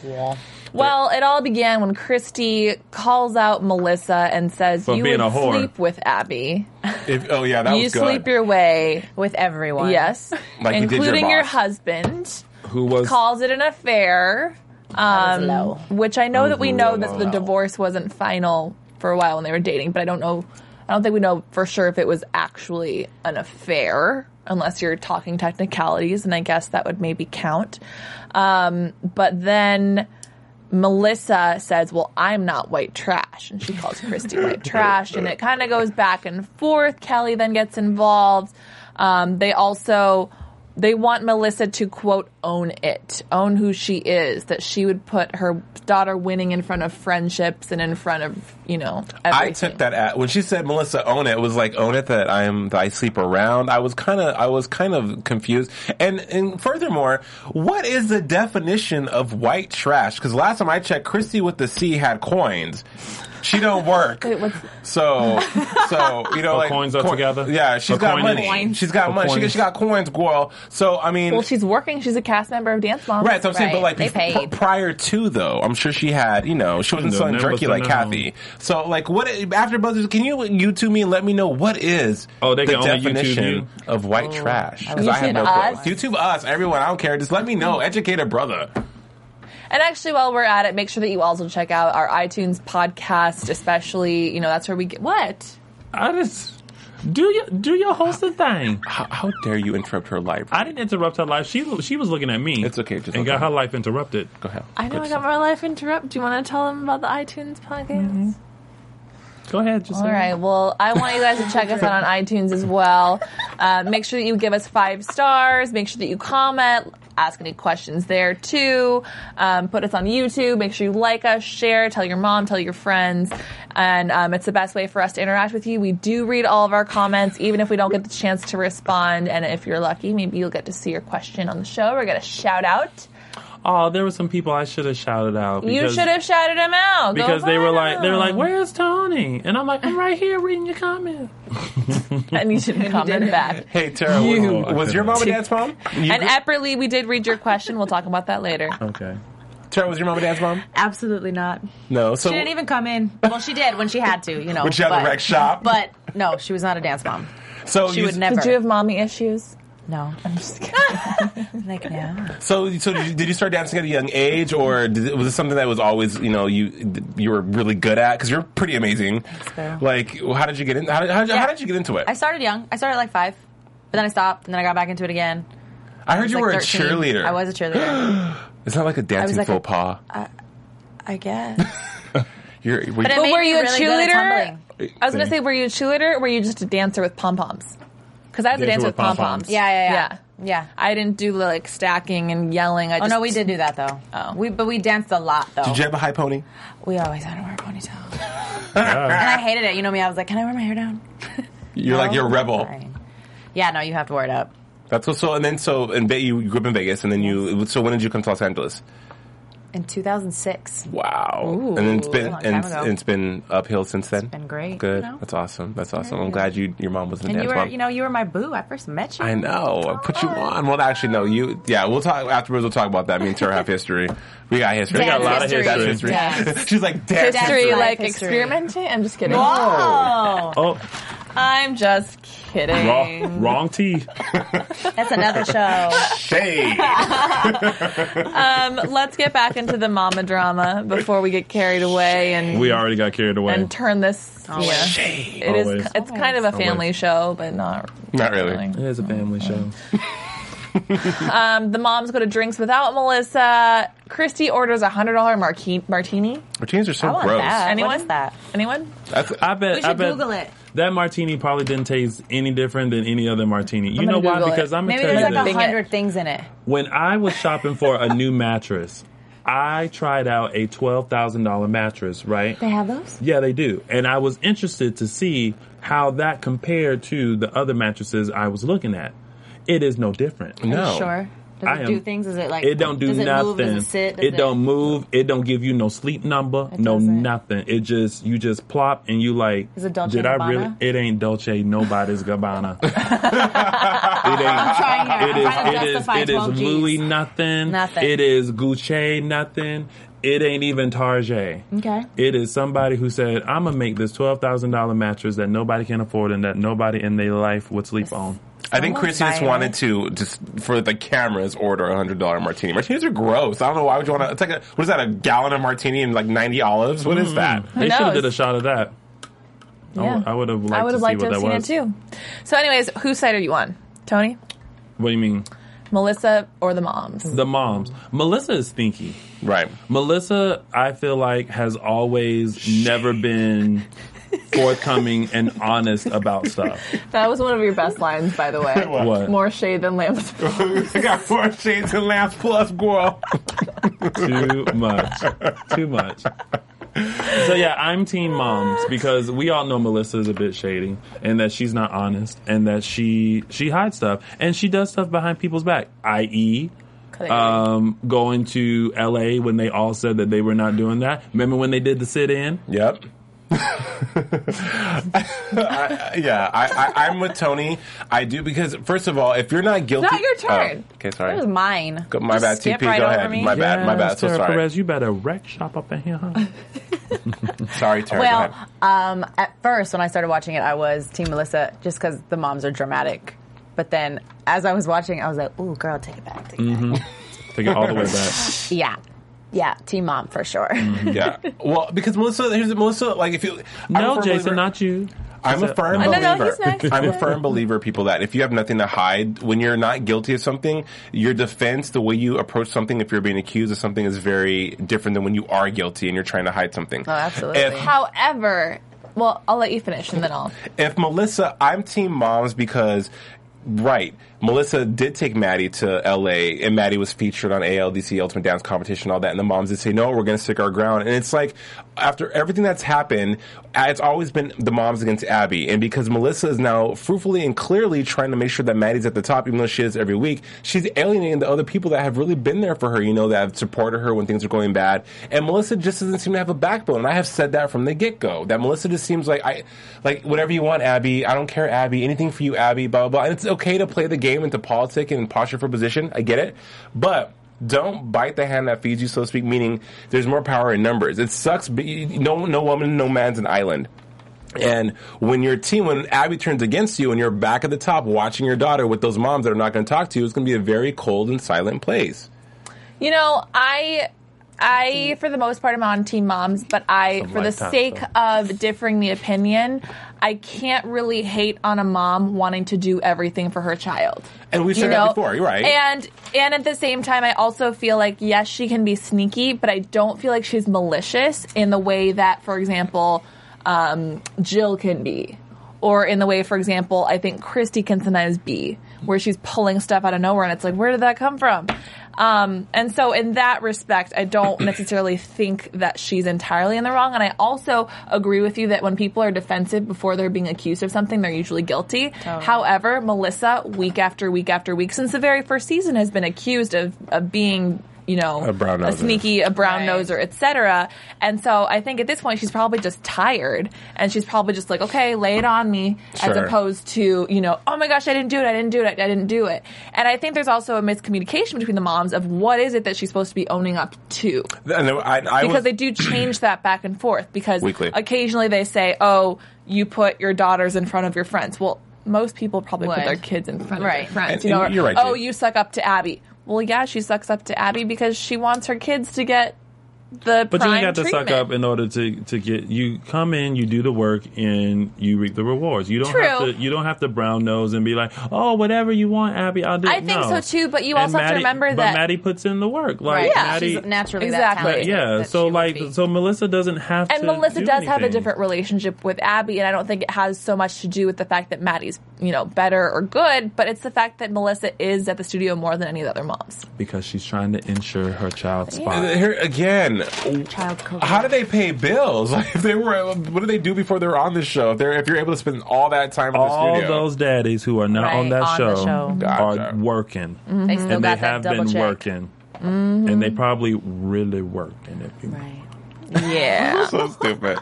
E: Yeah.
B: Well, it all began when Christy calls out Melissa and says,
C: For
B: "You
C: being
B: would
C: a whore."
B: sleep with Abby.
D: If, oh yeah, that
B: You
D: was good.
B: sleep your way.
E: With everyone.
B: Yes,
D: Like you did your
B: including your
D: boss.
B: husband.
C: Oh, who was
B: Calls it an affair.
E: was
B: Um,
E: low.
B: which I know that,
C: was
B: we
D: Oh,
C: real
B: know that
C: low.
B: the divorce wasn't final for a while when they were dating, but I don't know. I don't think we know for sure if it was actually an affair, unless you're talking technicalities, and I guess that would maybe count. Um, but then Melissa says, Well, I'm not white trash. And she calls Christy white trash. And it kind of goes back and forth. Kelly then gets involved. Um, they also. They want Melissa to quote own it, own who she is, that she would put her daughter winning in front of friendships and in front of, you know,
D: I
B: everything.
D: took that at when she said Melissa own it, it was like own it that I'm that I sleep around. I was kind of I was kind of confused. And and furthermore, what is the definition of white trash? Because last time I checked, Christy with the C had coins. She don't work.
B: what's-
D: so so you know
C: Her
D: like
C: coins are together?
D: Yeah, she's
C: Her
D: got
C: coinage?
D: money.
C: Coins.
D: She's got
C: Her
D: money. She, got-
C: coins.
D: she got coins, girl. So I mean,
B: Well, she's working. She's a cast member of Dance Moms.
D: Right, so I'm saying, but like
E: Right, they
D: bef-
E: paid.
D: pr- prior to though, I'm sure she had, you know, she wasn't
C: No,
D: selling
C: never
D: jerky
C: was
D: like
C: no.
D: Kathy. So like, what after Buzzers? Can you you to me and let me know what is
C: Oh, they
D: the
C: can only YouTube you.
D: definition of white
E: Oh,
D: trash? Because I have
B: YouTube
D: no
B: us.
D: clue. YouTube us, everyone. I don't care. Just let me know. Educate a brother.
B: And actually, while we're at it, make sure that you also check out our iTunes podcast, especially, you know, that's where we get what?
C: I just do your do your hosting thing.
D: How, how dare you interrupt her life?
C: I didn't interrupt her life. She she was looking at me.
D: It's okay, just
C: and
D: look at
C: got her
D: me.
C: life interrupted.
D: Go ahead.
B: I know I got Oh my life interrupted. Do you want to tell them about the iTunes podcast?
C: Go ahead. Just
B: All right. Well, I want you guys to check us out on iTunes as well. Uh, make sure that you give us five stars. Make sure that you comment. Ask any questions there too. Um, put us on YouTube. Make sure you like us, share, tell your mom, tell your friends, and um, it's the best way for us to interact with you. We do read all of our comments, even if we don't get the chance to respond. And if you're lucky, maybe you'll get to see your question on the show. We're gonna shout out.
C: Oh, there were some people I should have shouted out.
B: you
C: because-
B: should have shouted them out Go
C: because they were
B: find
C: like they were like,
B: them.
C: "Where's Tony?" And I'm like, "I'm right here reading your comment."
B: and you didn't comment back.
D: Hey Tara,
C: You.
D: was your mom and dad's mom? You
B: And Epperly, we did read your question. We'll talk about that later.
C: Okay.
D: Tara, was your mom a dance mom?
E: Absolutely not.
D: No. So
E: She didn't even come in. Well, she did when she had to, you know.
D: When she had the
E: but,
D: rec shop.
E: But no, she was not a dance mom.
D: so
E: She
D: you,
E: would never.
B: Did you have mommy issues?
E: No.
B: I'm just kidding.
E: Like now.
D: So so did you, did you start dancing at a young age, or did, it- was it something that was always you know you you were really good at? Because you're pretty amazing.
E: Phil.
D: Like how did you get in? How did, how, did- how
E: Yeah.
D: did you get into it?
E: I started young. I started at like five, but then I stopped, and then I got back into it again.
D: I heard
E: was
D: you
E: like
D: were
E: 13.
D: a cheerleader.
E: I was a cheerleader.
D: It's not like a dancing
E: like a-
D: faux pas.
E: I guess.
D: You're, were
E: But
D: you-
E: it
B: But
E: made
B: were
E: me
B: you a
E: really good at
B: cheerleader?
E: tumbling.
B: I was gonna say, were you a cheerleader or were you just a dancer with pom poms? Because I was a
C: Dancer
B: dancer with
C: with
B: pom poms.
C: pom-poms.
E: Yeah, yeah, yeah. Yeah.
B: I didn't do the, like stacking and yelling. I
E: Oh
B: just,
E: no, we did do that though.
B: Oh.
E: We but we danced a lot though.
D: did you have a high pony?
E: we always had to wear a ponytail, and
C: Yeah.
E: I hated it. You know me. I was like, can I wear my hair down?
D: You're
E: Oh,
D: like you're a rebel.
E: Fine. Yeah, no, you have to wear it up.
D: That's what. So and then so and Ve- you grew up in Vegas, and then you. So when did you come to Los Angeles?
E: In 2006,
D: Wow. and then it's been
E: That's a long
D: and,
E: time ago.
D: and it's been uphill since then.
E: been great,
D: Good.
E: you know?
D: That's awesome. That's awesome. I'm glad you your mom wasn't a
E: and you
D: dance
E: were,
D: mom.
E: you know, you were my boo. I first met you.
D: I know. I put you on. Well, actually, no. You, yeah. We'll talk afterwards. We'll talk about that. Me and Tara have history. We got history.
E: We got a lot of
C: Dance
E: history.
D: Dance
E: history.
D: She's like dance
E: Dance
D: history.
B: History,
E: Life
B: like
E: history.
B: experimenting. I'm just kidding.
E: Oh,
C: Oh,
B: I'm just kidding.
C: wrong, wrong tea.
E: that's another show.
D: Shade.
B: Um, let's get back into the mama drama before we get carried away and
C: We already got carried away.
B: and turn this. Yeah,
D: Shade.
B: it is.
C: Always.
B: It's kind of a family show, but not
D: Not really.
C: it is a family
B: Mm-hmm.
C: show.
B: Um, the moms go to drinks without Melissa. Christy orders a hundred dollar martini. Martini?
D: Martinis are so
E: I want
D: gross.
E: that.
B: Anyone?
E: What is that?
B: Anyone?
D: That's,
C: I bet.
F: We
C: I
F: should
C: bet
F: Google it.
C: that martini probably didn't taste any different than any other martini. You
B: gonna
C: know why?
B: Google it.
C: Because I'm gonna
E: Maybe
C: tell
E: there's
C: you
E: like a
C: this.
B: Bing it.
E: hundred things in it.
C: When I was shopping for a new mattress, I tried out a twelve thousand dollar mattress. Right?
E: They have those.
C: Yeah, they do. And I was interested to see how that compared to the other mattresses I was looking at. It is no different.
D: no.
E: Sure. Does
C: I
E: it
C: am-
E: do things? Is it like
C: It don't do
E: does it
C: nothing.
E: Move? Does it sit? Does
C: don't move. It don't give you no sleep number.
E: It
C: no
E: doesn't.
C: nothing. It just you just plop and you like.
E: Is it Dolce
C: did
E: and
C: I really?
E: Gabbana?
C: It ain't Dolce. Nobody's Gabbana. it
E: I'm
C: ain't.
E: trying here.
C: It
E: I'm trying to
C: is.
E: justify
C: It is. It is
E: 12 Gs.
C: Louis nothing.
E: Nothing.
C: It is Gucci nothing. It ain't even Tarjay.
E: Okay.
C: It is somebody who said, "I'm gonna make this twelve thousand dollar mattress that nobody can afford and that nobody in their life would sleep on."
D: I think
E: Someone's
D: Chrissy just
E: violent.
D: wanted to just for the cameras order a hundred dollar martini. Martinis are gross. I don't know why would you want to. It's like a what is that? A gallon of martini and like ninety olives. What is that?
C: They should have
B: knows?
C: did a shot of that. I
B: Yeah.
C: would- I would have liked
B: I would
C: to
B: have
C: see
B: liked to
C: what
B: have
C: that
B: seen it
C: was.
B: too. So, anyways, whose side are you on, Tony,
C: What do you mean?
B: Melissa, or the moms?
C: The moms. Melissa is stinky.
D: Right.
C: Melissa, I feel like, has always never been forthcoming and honest about stuff.
B: That was one of your best lines, by the way.
C: What?
B: More shade than lamps.
D: I got four shades and lamps plus girl.
C: Too much. Too much. So yeah, I'm team moms because we all know Melissa's a bit shady and that she's not honest and that she she hides stuff and she does stuff behind people's back. I.e. Um, going to LA when they all said that they were not doing that. Remember when they did the sit in?
D: Yep. I, yeah, I, I, I'm with Tony. I do because first of all, if you're not guilty,
B: not your turn.
D: Oh, okay, sorry.
E: It was mine.
D: Go- my
E: Just
D: bad,
E: skip
D: TP.
E: Right
D: Go
E: over
D: ahead.
E: Me.
D: My bad. My bad. So
C: Sarah
D: sorry.
C: Perez, you better wreck shop up in here, huh?
D: Sorry, Tara. go
E: Well,
D: ahead.
E: um, at first when I started watching it, I was Team Melissa just because the moms are dramatic. But then as I was watching, I was like, "Ooh, girl, take it back." Take it
D: Mm-hmm.
E: back.
C: Take it all the way back.
E: Yeah, yeah, Team Mom for sure.
D: yeah. Well, because Melissa, here's Melissa. Like, if you I'm
C: No,
D: a firm
C: Jason,
D: believer-
C: not you.
D: I'm a firm
B: No, no,
D: believer.
B: no, he's next.
D: I'm a firm believer, people, that if you have nothing to hide, when you're not guilty of something, your defense, the way you approach something, if you're being accused of something, is very different than when you are guilty and you're trying to hide something.
E: Oh, absolutely.
D: If-
B: However, well, I'll let you finish and then I'll.
D: if Melissa, I'm Team Moms because. Right. Melissa did take Maddie to LA and Maddie was featured on ALDC Ultimate Dance Competition, all that. And the moms did say, no, we're going to stick our ground. And it's like, after everything that's happened, it's always been the moms against Abby. And because Melissa is now fruitfully and clearly trying to make sure that Maddie's at the top, even though she is every week, she's alienating the other people that have really been there for her, you know, that have supported her when things are going bad. And Melissa just doesn't seem to have a backbone. And I have said that from the get go. That Melissa just seems like I like whatever you want, Abby. I don't care, Abby. Anything for you, Abby, blah blah blah. And it's okay to play the game into politics and posture for position. I get it. But don't bite the hand that feeds you, so to speak. Meaning, there's more power in numbers. It sucks. But you- no, no woman, no man's an island. And when your team, when Abby turns against you, and you're back at the top watching your daughter with those moms that are not going to talk to you, it's going to be a very cold and silent place.
B: You know, I I for the most part am on Team Moms, but I
D: Of
B: for the
D: lifetime,
B: sake
D: so.
B: of differing the opinion, I can't really hate on a mom wanting to do everything for her child.
D: And we've said that before. You're right.
B: And and at the same time I also feel like yes, she can be sneaky, but I don't feel like she's malicious in the way that, for example, um, Jill can be. Or in the way, for example, I think Christy can sometimes be, where she's pulling stuff out of nowhere and it's like, where did that come from? Um, and so in that respect, I don't necessarily think that she's entirely in the wrong. And I also agree with you that when people are defensive before they're being accused of something, they're usually guilty. However, Melissa, week after week after week, since the very first season, has been accused of, of being, you know,
D: A brown noser.
B: sneaky, a brown
E: Right.
B: noser, etc. And so I think at this point she's probably just tired, and she's probably just like, okay, lay it on me, as
D: Sure.
B: opposed to you know, oh my gosh, I didn't do it, I didn't do it, I didn't do it. And I think there's also a miscommunication between the moms of what is it that she's supposed to be owning up to
D: And I, I
B: because
D: was-
B: they do change that back and forth because
D: Weekly.
B: occasionally they say, "Oh, you put your daughters in front of your friends." Well, most people probably put
E: Would.
B: their kids in front
E: Right.
B: of their friends,
D: And-
B: you know.
D: and
B: or,
D: you're right,
B: oh,
D: Jade.
B: you suck up to Abby. Well, yeah, she sucks up to Abby because she wants her kids to get the
C: But you
B: prime
C: ain't got to
B: treatment.
C: suck up in order to, to get you come in, you do the work, and you reap the rewards. You don't have
B: True.
C: to you don't have to brown nose and be like, oh, whatever you want, Abby, I'll do.
B: I
C: it."
B: think
C: No.
B: so, too, but you
C: And
B: also have to
C: Maddie-
B: remember
C: but
B: that-
C: Maddie puts in the work. Like
E: Right. Yeah.
C: Maddie,
E: She's naturally
B: Exactly.
E: that talented.
C: yeah.
E: that
C: So
E: she would
C: like,
E: be.
C: so Melissa doesn't have
B: and
C: to.
B: Melissa
C: do
B: does have a
C: anything.
B: different relationship with Abby, and I don't think it has so much to do with the fact that Maddie's, you know, better or good, but it's the fact that Melissa is at the studio more than any of the other moms.
C: because she's trying to ensure her child's spot.
D: Here again,
F: Child code.
D: how do they pay bills? Like if they were, what do they do before they're on this show? If they're, if you're able to spend all that time in the
C: All
D: studio,
C: those daddies who are not
E: Right,
C: on that
E: on
C: show,
E: the show.
C: are
D: Gotcha.
C: working,
E: They
C: and
E: still
C: they
E: got that
C: have
E: double
C: been
E: check.
C: working, and they probably really working. If
B: Mm-hmm.
C: you
F: Right.
E: Yeah.
D: so stupid.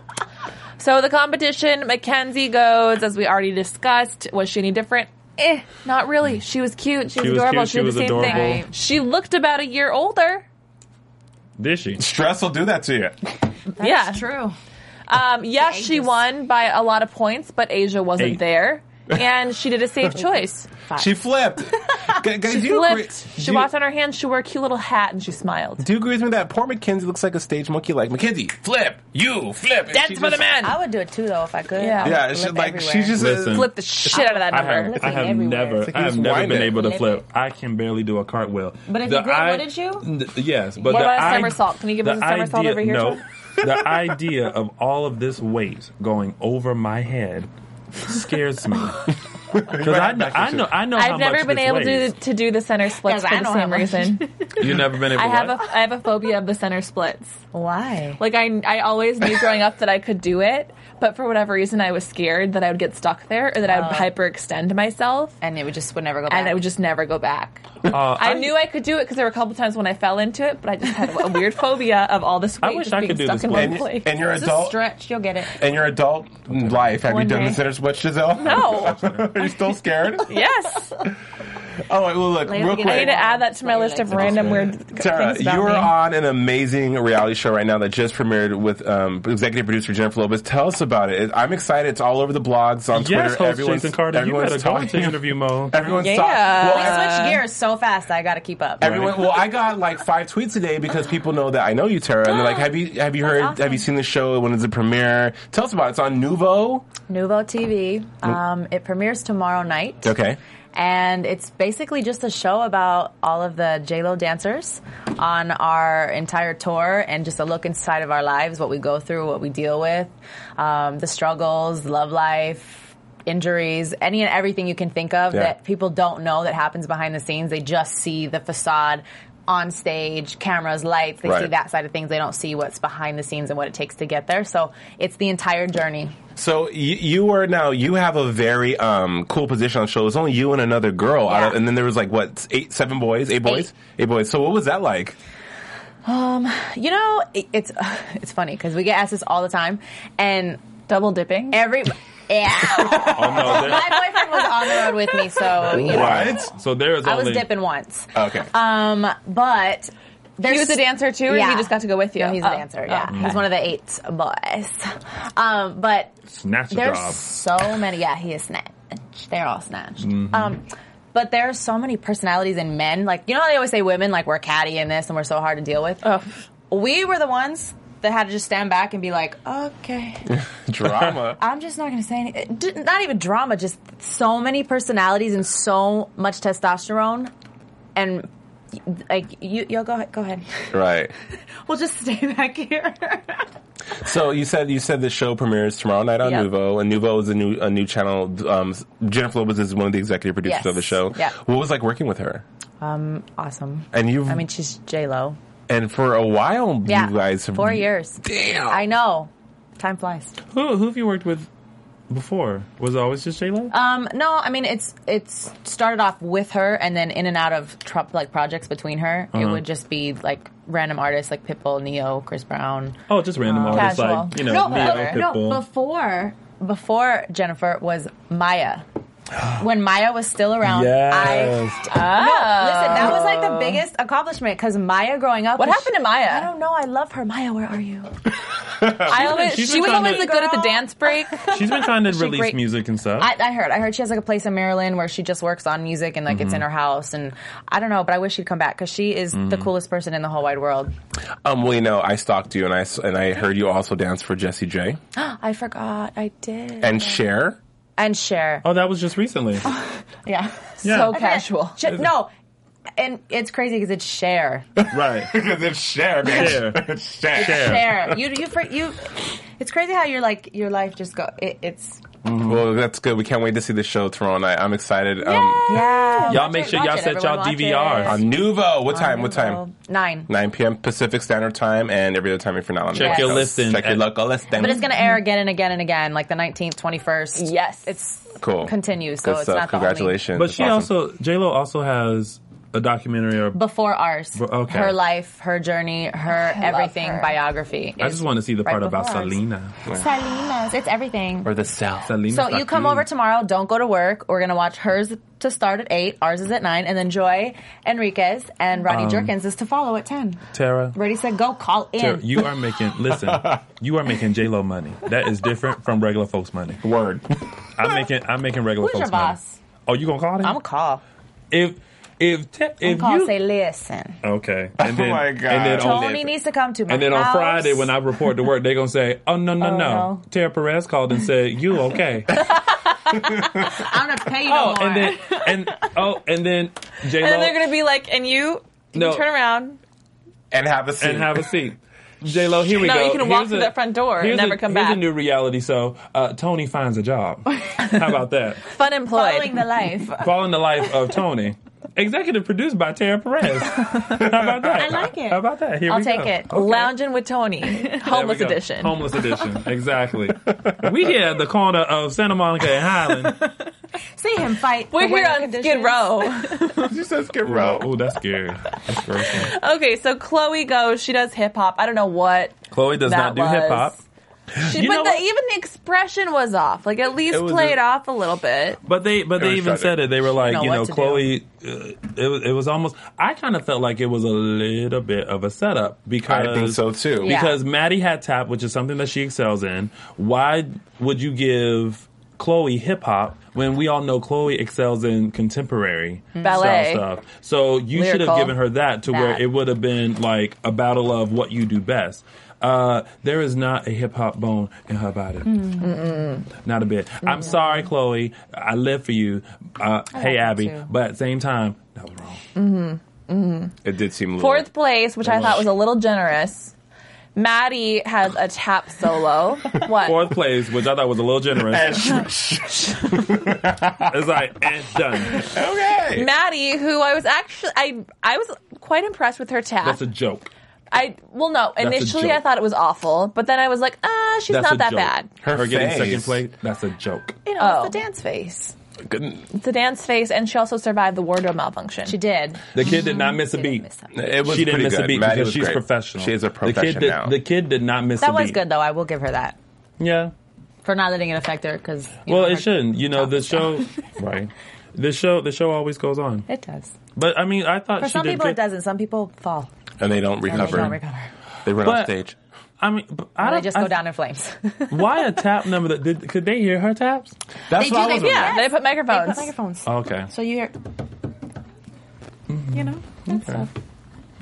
B: So the competition, Mackenzie goes, as we already discussed. Was she any different? Eh, not really. She was cute. She was
C: She was
B: adorable.
C: cute.
B: She, did
C: She
B: the
C: was
B: same
C: adorable.
B: thing. She looked about a year older.
C: did she?
D: Stress will do that to you.
B: yeah,
F: True.
B: Um, yes, she
F: ages.
B: won by a lot of points, but Asia wasn't
D: Eight.
B: there, and she did a safe choice.
D: She flipped. G- guys,
B: She
D: do you agree-
B: flipped.
D: do
B: She
D: you-
B: walked on her hands. She wore a cute little hat, and she smiled.
D: Do you agree with me that poor Mackenzie looks like a stage monkey? Like Mackenzie, flip, you flip. And she just-
E: I would do it too, though, if I could.
B: Yeah.
E: I would
D: Yeah, she,
E: flip
D: like
E: everywhere.
D: she's just
C: Listen.
B: Flip the shit out of that
C: I
B: number.
C: have,
E: Looks
C: I
E: like
C: have
E: everywhere.
C: never,
E: It's
D: like
C: I
D: you
C: have
D: just
C: never
D: wind
C: been
D: it.
C: able to
E: Flip
C: flip. I can barely do a cartwheel.
E: But if
C: The
E: you did,
C: i-
E: wouldn't you?
C: N- yes, but
B: What
C: the
B: about a
C: i-
B: somersault? Can you give
C: the
B: us a somersault
C: idea,
B: over here,
C: No,
B: Sean?
C: the idea of all of this weight going over my head scares me because I, kn- I know, I know. how
B: I've never
C: much
B: been
C: this
B: able to,
C: weighs.
B: to do the center splits
E: 'Cause
B: for
E: I
B: the
E: know how
B: same
E: much.
B: reason.
C: You've never been able.
B: I
C: to
B: have
C: what?
B: a I have a phobia of the center splits.
E: Why?
B: Like I I always knew growing up that I could do it, but for whatever reason I was scared that I would get stuck there or that I would hyperextend myself
E: And it would just would never go back.
B: and I would just never go back.
C: Uh,
B: I knew I could do it because there were a couple times when I fell into it, but I just had a weird phobia of all this weight
C: wish
B: just
C: I
B: being
C: could do
B: stuck
C: this
B: in
C: one.
B: one
D: and,
B: place.
D: and your
E: just
D: adult
E: stretch. You'll get it.
D: and your adult life. Have you
F: One
D: done the
F: day.
D: center split, Giselle?
B: No.
D: Are you still scared?
B: yes,
D: Oh, wait, well, look,
F: Later
D: real
F: we
D: quick.
F: get
B: I need to add that to my
E: Right.
B: list of random weird
D: Tara,
B: things
D: you
B: about
D: are
B: me.
D: on an amazing reality show right now that just premiered with um, executive producer Jennifer Lopez. Tell us about it. I'm excited. It's all over the blogs on
C: yes,
D: Twitter.
C: host Jason Carter. You
D: everyone's
C: better go into
D: talking.
C: interview mode.
D: Everyone's
B: Yeah.
D: talking. Well,
B: We
D: I-
E: I switch gears so fast. I got to keep up.
D: Everyone, well, I got like five tweets today because people know that I know you, Tara, and they're like, "Have you have you heard? Have you seen the show? When is the premiere? Tell us about it. It's on Nuvo.
E: Nouveau TV. Um, it premieres tomorrow night.
D: Mm. Okay,
E: And it's basically just a show about all of the JLo dancers on our entire tour and just a look inside of our lives, what we go through, what we deal with, um, the struggles, love life, injuries, any and everything you can think of
D: Yeah.
E: that people don't know that happens behind the scenes. They just see the facade on stage, cameras, lights. They see
D: Right.
E: that side of things. They don't see what's behind the scenes and what it takes to get there. So it's the entire journey.
D: so you, you are now you have a very um cool position on the show. It's only you and another girl, out of,
E: Yeah.
D: and then there was like what eight, seven boys, eight boys, eight, boys. So what was that like?
E: You know, it, it's it's funny because we get asked this all the time, and
B: double dipping.
E: every Yeah.
C: Oh no, there,
E: My boyfriend was on the road with me, so you know,
C: What? So there is
E: I was
C: only
E: dipping once.
D: Okay.
E: Um, but there's
B: He was a dancer too, or
E: Yeah.
B: he just got to go with you?
E: No, he's
B: Oh,
E: a dancer. Yeah,
B: oh.
E: he's one of the eight boys. Um, but
C: snatch a
E: there's
C: job.
E: so many. Yeah, he is snatched. They're all snatched.
C: Mm-hmm.
E: Um, but there are so many personalities in men. Like you know how they always say women like we're catty in this and we're so hard to deal with.
B: Oh.
E: We were the ones that had to just stand back and be like, okay,
D: Drama.
E: I'm just not going to say anything. D- Not even drama, just so many personalities and so much testosterone, and like you, you'll go ahead- go ahead.
D: right.
E: We'll just stay back here.
D: So you said you said the show premieres tomorrow night on
E: Yep.
D: Nuvo, and Nuvo is a new a new channel. Um, Jennifer Lopez is one of the executive producers
E: Yes.
D: of the show.
E: Yep.
D: What was it like working with her?
E: awesome.
D: And you've
E: I mean, she's J Lo.
D: and for a while
E: Yeah,
D: you guys have
E: four years.
D: Damn.
E: I know. Time flies.
C: Who who have you worked with before? Was it always just J Lo?
E: Um, no, I mean it's it's started off with her, and then in and out of tro- like projects between her,
D: Uh-huh.
E: it would just be like random artists like Pitbull, Neo, Chris Brown.
C: oh, just random artists
E: Uh, casual.
C: like you know
E: No,
C: me and
F: no,
C: Pitbull.
F: no, before
E: Before Jennifer was Maya. When Maya was still around, I
C: Yes.
E: listen. That was like the biggest accomplishment because Maya growing up.
B: What
E: was-
B: happened to Maya?
E: I don't know. I love her. Maya, where are you?
B: I always,
C: she's
B: she was
C: been
B: always
C: trying to-
B: good at the dance break.
C: She's been trying to release
E: great-
C: music and stuff.
E: I, I heard. I heard she has like a place in Maryland where she just works on music and like it's in
C: Mm-hmm.
E: her house. And I don't know, but I wish she'd come back because she is the coolest person in the whole wide world.
D: Um, well, you know, I stalked you, and I s- and I heard you also dance for Jesse J
E: I forgot. I did.
D: and Cher.
E: And share.
C: oh, that was just recently.
E: Yeah.
C: Yeah.
B: So casual.
E: Sh- no. And it's crazy because it's share.
C: right.
D: Because it's Cher, bitch.
C: Cher.
D: It's Cher.
E: Share. You you for you. It's crazy how you're like your life just go. It, it's
D: Well, that's good. We can't wait to see the show tomorrow night. I'm excited. Um,
E: yeah.
C: Y'all make sure y'all set y'all DVRs.
D: on Nuvo, what time? What time?
E: Nine.
D: 9 p.m. Pacific Standard Time, and every other time if you're not on
C: Check
D: the
C: your
D: podcast.
C: listen
D: Check your
C: at-
D: local listing.
E: But it's gonna air again and again and again, like the nineteenth, twenty first.
B: Yes.
E: It's
D: cool.
E: continue,
D: Good
E: so it's
D: stuff.
E: not the only-
D: Congratulations.
C: But
D: That's
C: she
D: awesome.
C: also J Lo also has a documentary. Or,
E: before ours.
C: okay.
E: Her life, her journey, her everything
B: her.
E: biography.
C: I just want to see the
E: right
C: part about
E: before ours.
C: Selena.
E: Salinas. It's everything.
D: or the South.
C: Selena
E: So you come
C: Saku.
E: over tomorrow. Don't go to work. We're gonna watch hers to start at eight. Ours is at nine, and then Joy Enriquez
C: Um,
E: and Ronnie Jerkins is to follow at ten.
C: Tara.
E: Ready, said go. Call in.
C: Tara, you are making listen. You are making J Lo money. That is different from regular folks' money.
D: Word.
C: I'm making I'm making regular
E: Who's
C: folks'
E: your
C: money.
E: boss?
C: Oh, you gonna call him?
E: I'm gonna call.
C: if if te-
E: I'm
C: if
E: gonna call.
C: you
E: Say listen.
C: okay, and then,
D: Oh my God.
C: and then on,
E: Tony needs to come to my
C: and then on
E: house.
C: Friday when I report to work, they're gonna say, "Oh no, no,
E: Oh,
C: no.
E: no.
C: Tara Perez called and said, "You okay?"
E: I'm gonna pay you no
C: oh,
E: more.
C: and then and oh, and then J
B: And then they're
C: Lo
B: going to be like, and you, you
C: No.
B: can turn around.
D: And have a seat.
C: and have a seat. J Lo, here we
B: No,
C: go.
B: you can walk
C: Here's
B: through
C: a-
B: that front door and
C: here's
B: never
C: a,
B: come
C: here's
B: back.
C: a new reality show. Uh, Tony finds a job. How about that?
B: Fun employed.
E: following the life.
C: Following the life of Tony. Executive produced by Tara Perez. How about that? I
E: like it.
C: How about that? Here
E: I'll
C: we
E: take
C: go. Oh,
E: it.
C: Okay.
B: Lounging with Tony,
C: There we
B: homeless
C: go.
B: edition.
C: Homeless edition. Exactly. we here at the corner of Santa Monica and Highland.
E: See him fight.
B: We're
E: the
B: here
E: weather
B: on
E: conditions.
B: Skid Row.
D: she says Skid Row.
C: Oh, that's scary. That's gross.
B: okay, so Chloe goes. She does hip hop. I don't know what.
C: Chloe does
B: That
C: not do
B: was-
C: hip hop.
B: She,
C: You know
B: but the, e-
C: what?
B: even the expression was off. Like at least
D: was
B: play
D: a-
B: it off a little bit.
C: But they, but they
D: was
C: even
D: tragic.
C: said it. They were like,
E: know
C: you
E: what
C: know,
E: to do.
C: Chloe. Uh, it was, it was almost. I kind of felt like it was a little bit of a setup because
D: I think so too.
E: Yeah.
C: Because Maddie had tap, which is something that she excels in. Why would you give Chloe hip hop when we all know Chloe excels in contemporary
B: Ballet.
C: style stuff? So you should
B: Lyrical.
C: have given her that to where
E: Hmm. That.
C: it would have been like a battle of what you do best. Uh, there is not a hip hop bone in her body.
E: Hmm.
C: Not a bit. I'm sorry, Chloe. I live for you. Uh, hey, Abby.
E: too. Mm-hmm.
C: But at the same time, that was wrong.
D: It did seem a little.
B: Fourth place, which I thought was a little generous. Maddie has a tap solo. What?
C: Fourth place, which I thought was a little generous. It's like, and done.
D: okay.
B: Maddie, who I was actually I I was quite impressed with her tap.
C: That's a joke.
B: I well no,
C: a
B: initially I
C: joke.
B: thke it was awful, but then I was like, ah, she's
C: That's a
B: not that
C: joke.
B: bad.
C: Her, getting
D: face.
C: second place, that's a joke.
E: You know,
B: Oh.
E: it's the dance face.
B: It's a dance face and she also survived the wardrobe malfunction.
E: She did.
C: The kid did not miss a
E: She didn't
C: beat.
E: miss something.
D: It was
C: she didn't
D: pretty
C: miss
D: good.
C: a beat
D: Maddie
C: because
D: was
C: she's
D: great.
C: professional.
D: She is a
C: The kid did,
D: professional.
C: the kid did not miss
E: That
C: a beat.
E: was good though. I will give her that.
C: Yeah.
E: for not letting it affect her because
C: Well, it shouldn't. You know, the show, right? The show, the show always goes on.
E: It does.
C: But I mean, I thought
E: For
C: she
E: some
C: did
E: people,
C: good.
E: it doesn't. Some people fall.
D: and they don't
E: And they
D: recover.
E: don't recover.
D: They run
C: But-
D: off stage.
C: I mean, but I
E: They
C: don't.
E: just
C: I-
E: go down in flames.
C: Why a tap number? That did, could they hear her taps?
D: That's
F: do,
D: why I
F: they
D: was.
F: do.
D: wondering.
B: Yeah, they put microphones.
E: Microphones.
C: Okay.
E: So you hear. You know, that's stuff.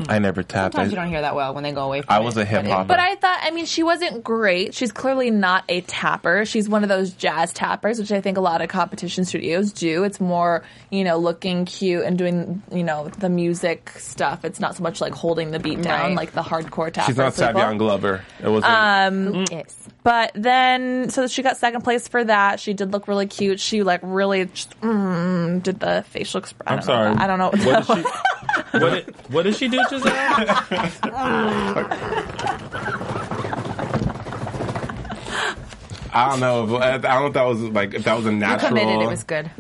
D: I never tapped.
E: Sometimes you
D: I,
E: don't hear that well when they go away. From
D: I was
E: it,
D: a hip
E: but it-
D: hopper.
B: But I thought, I mean, she wasn't great. She's clearly not a tapper. She's one of those jazz tappers, which I think a lot of competition studios do. It's more, you know, looking cute and doing, you know, the music stuff. It's not so much like holding the beat down
E: Right.
B: like the hardcore tapper.
D: She's not
B: people.
D: Savion Glover. It was.
E: Um, Yes.
B: But then, so she got second place for that. She did look really cute. She like really just, mm, did the facial expression.
C: I'm sorry.
B: I don't know. What
C: What
B: that was.
C: did she? What did, what did she do, Giselle?
D: I don't know. If, I don't know if that was like if that was a
E: You
D: natural.
E: committed. It was good.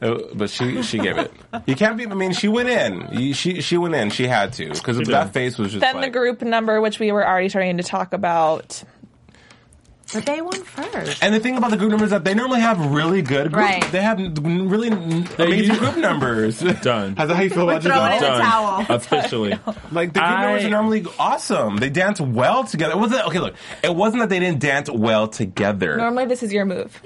D: Uh, But she she gave it. You can't be. I mean, she went in. You, she she went in. She had to because
C: She
D: that
C: did.
D: face was just.
B: Then
D: like,
B: the group number, which we were already starting to talk about.
E: But they won first.
D: And the thing about the group numbers is that they normally have really good group.
E: Right.
D: They have n- really n- amazing
C: usually-
D: group numbers.
C: Done.
D: That's how you feel about Giselle?
E: it in.
C: Done.
E: towel.
C: Officially.
D: Like the group
C: I-
D: numbers are normally awesome. They dance well together. It wasn't okay. Look, it wasn't that they didn't dance well together.
B: Normally, this is your move.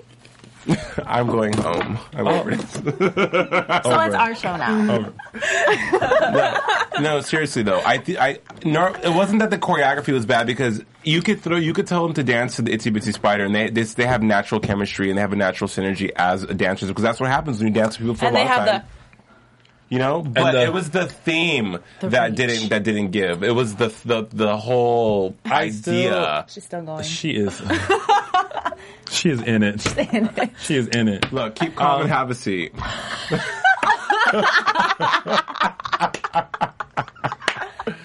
D: I'm going home. I'm
C: Oh.
D: over this.
E: So it's our show now.
D: No, seriously though, I th- I nor- it wasn't that the choreography was bad because you could throw you could tell them to dance to the Itsy Bitsy Spider and they they, they have natural chemistry and they have a natural synergy as dancers because that's what happens when you dance with people for
B: And
D: a
B: they
D: long
B: have
D: time.
B: the.
D: you know, but
C: the-
D: it was the theme
E: The
D: that
E: reach.
D: didn't that didn't give. It was the the the whole
C: I
D: idea.
E: She's still going.
C: She is. She is in it. She is in it.
D: Look, keep calm
C: Um,
D: and have a seat.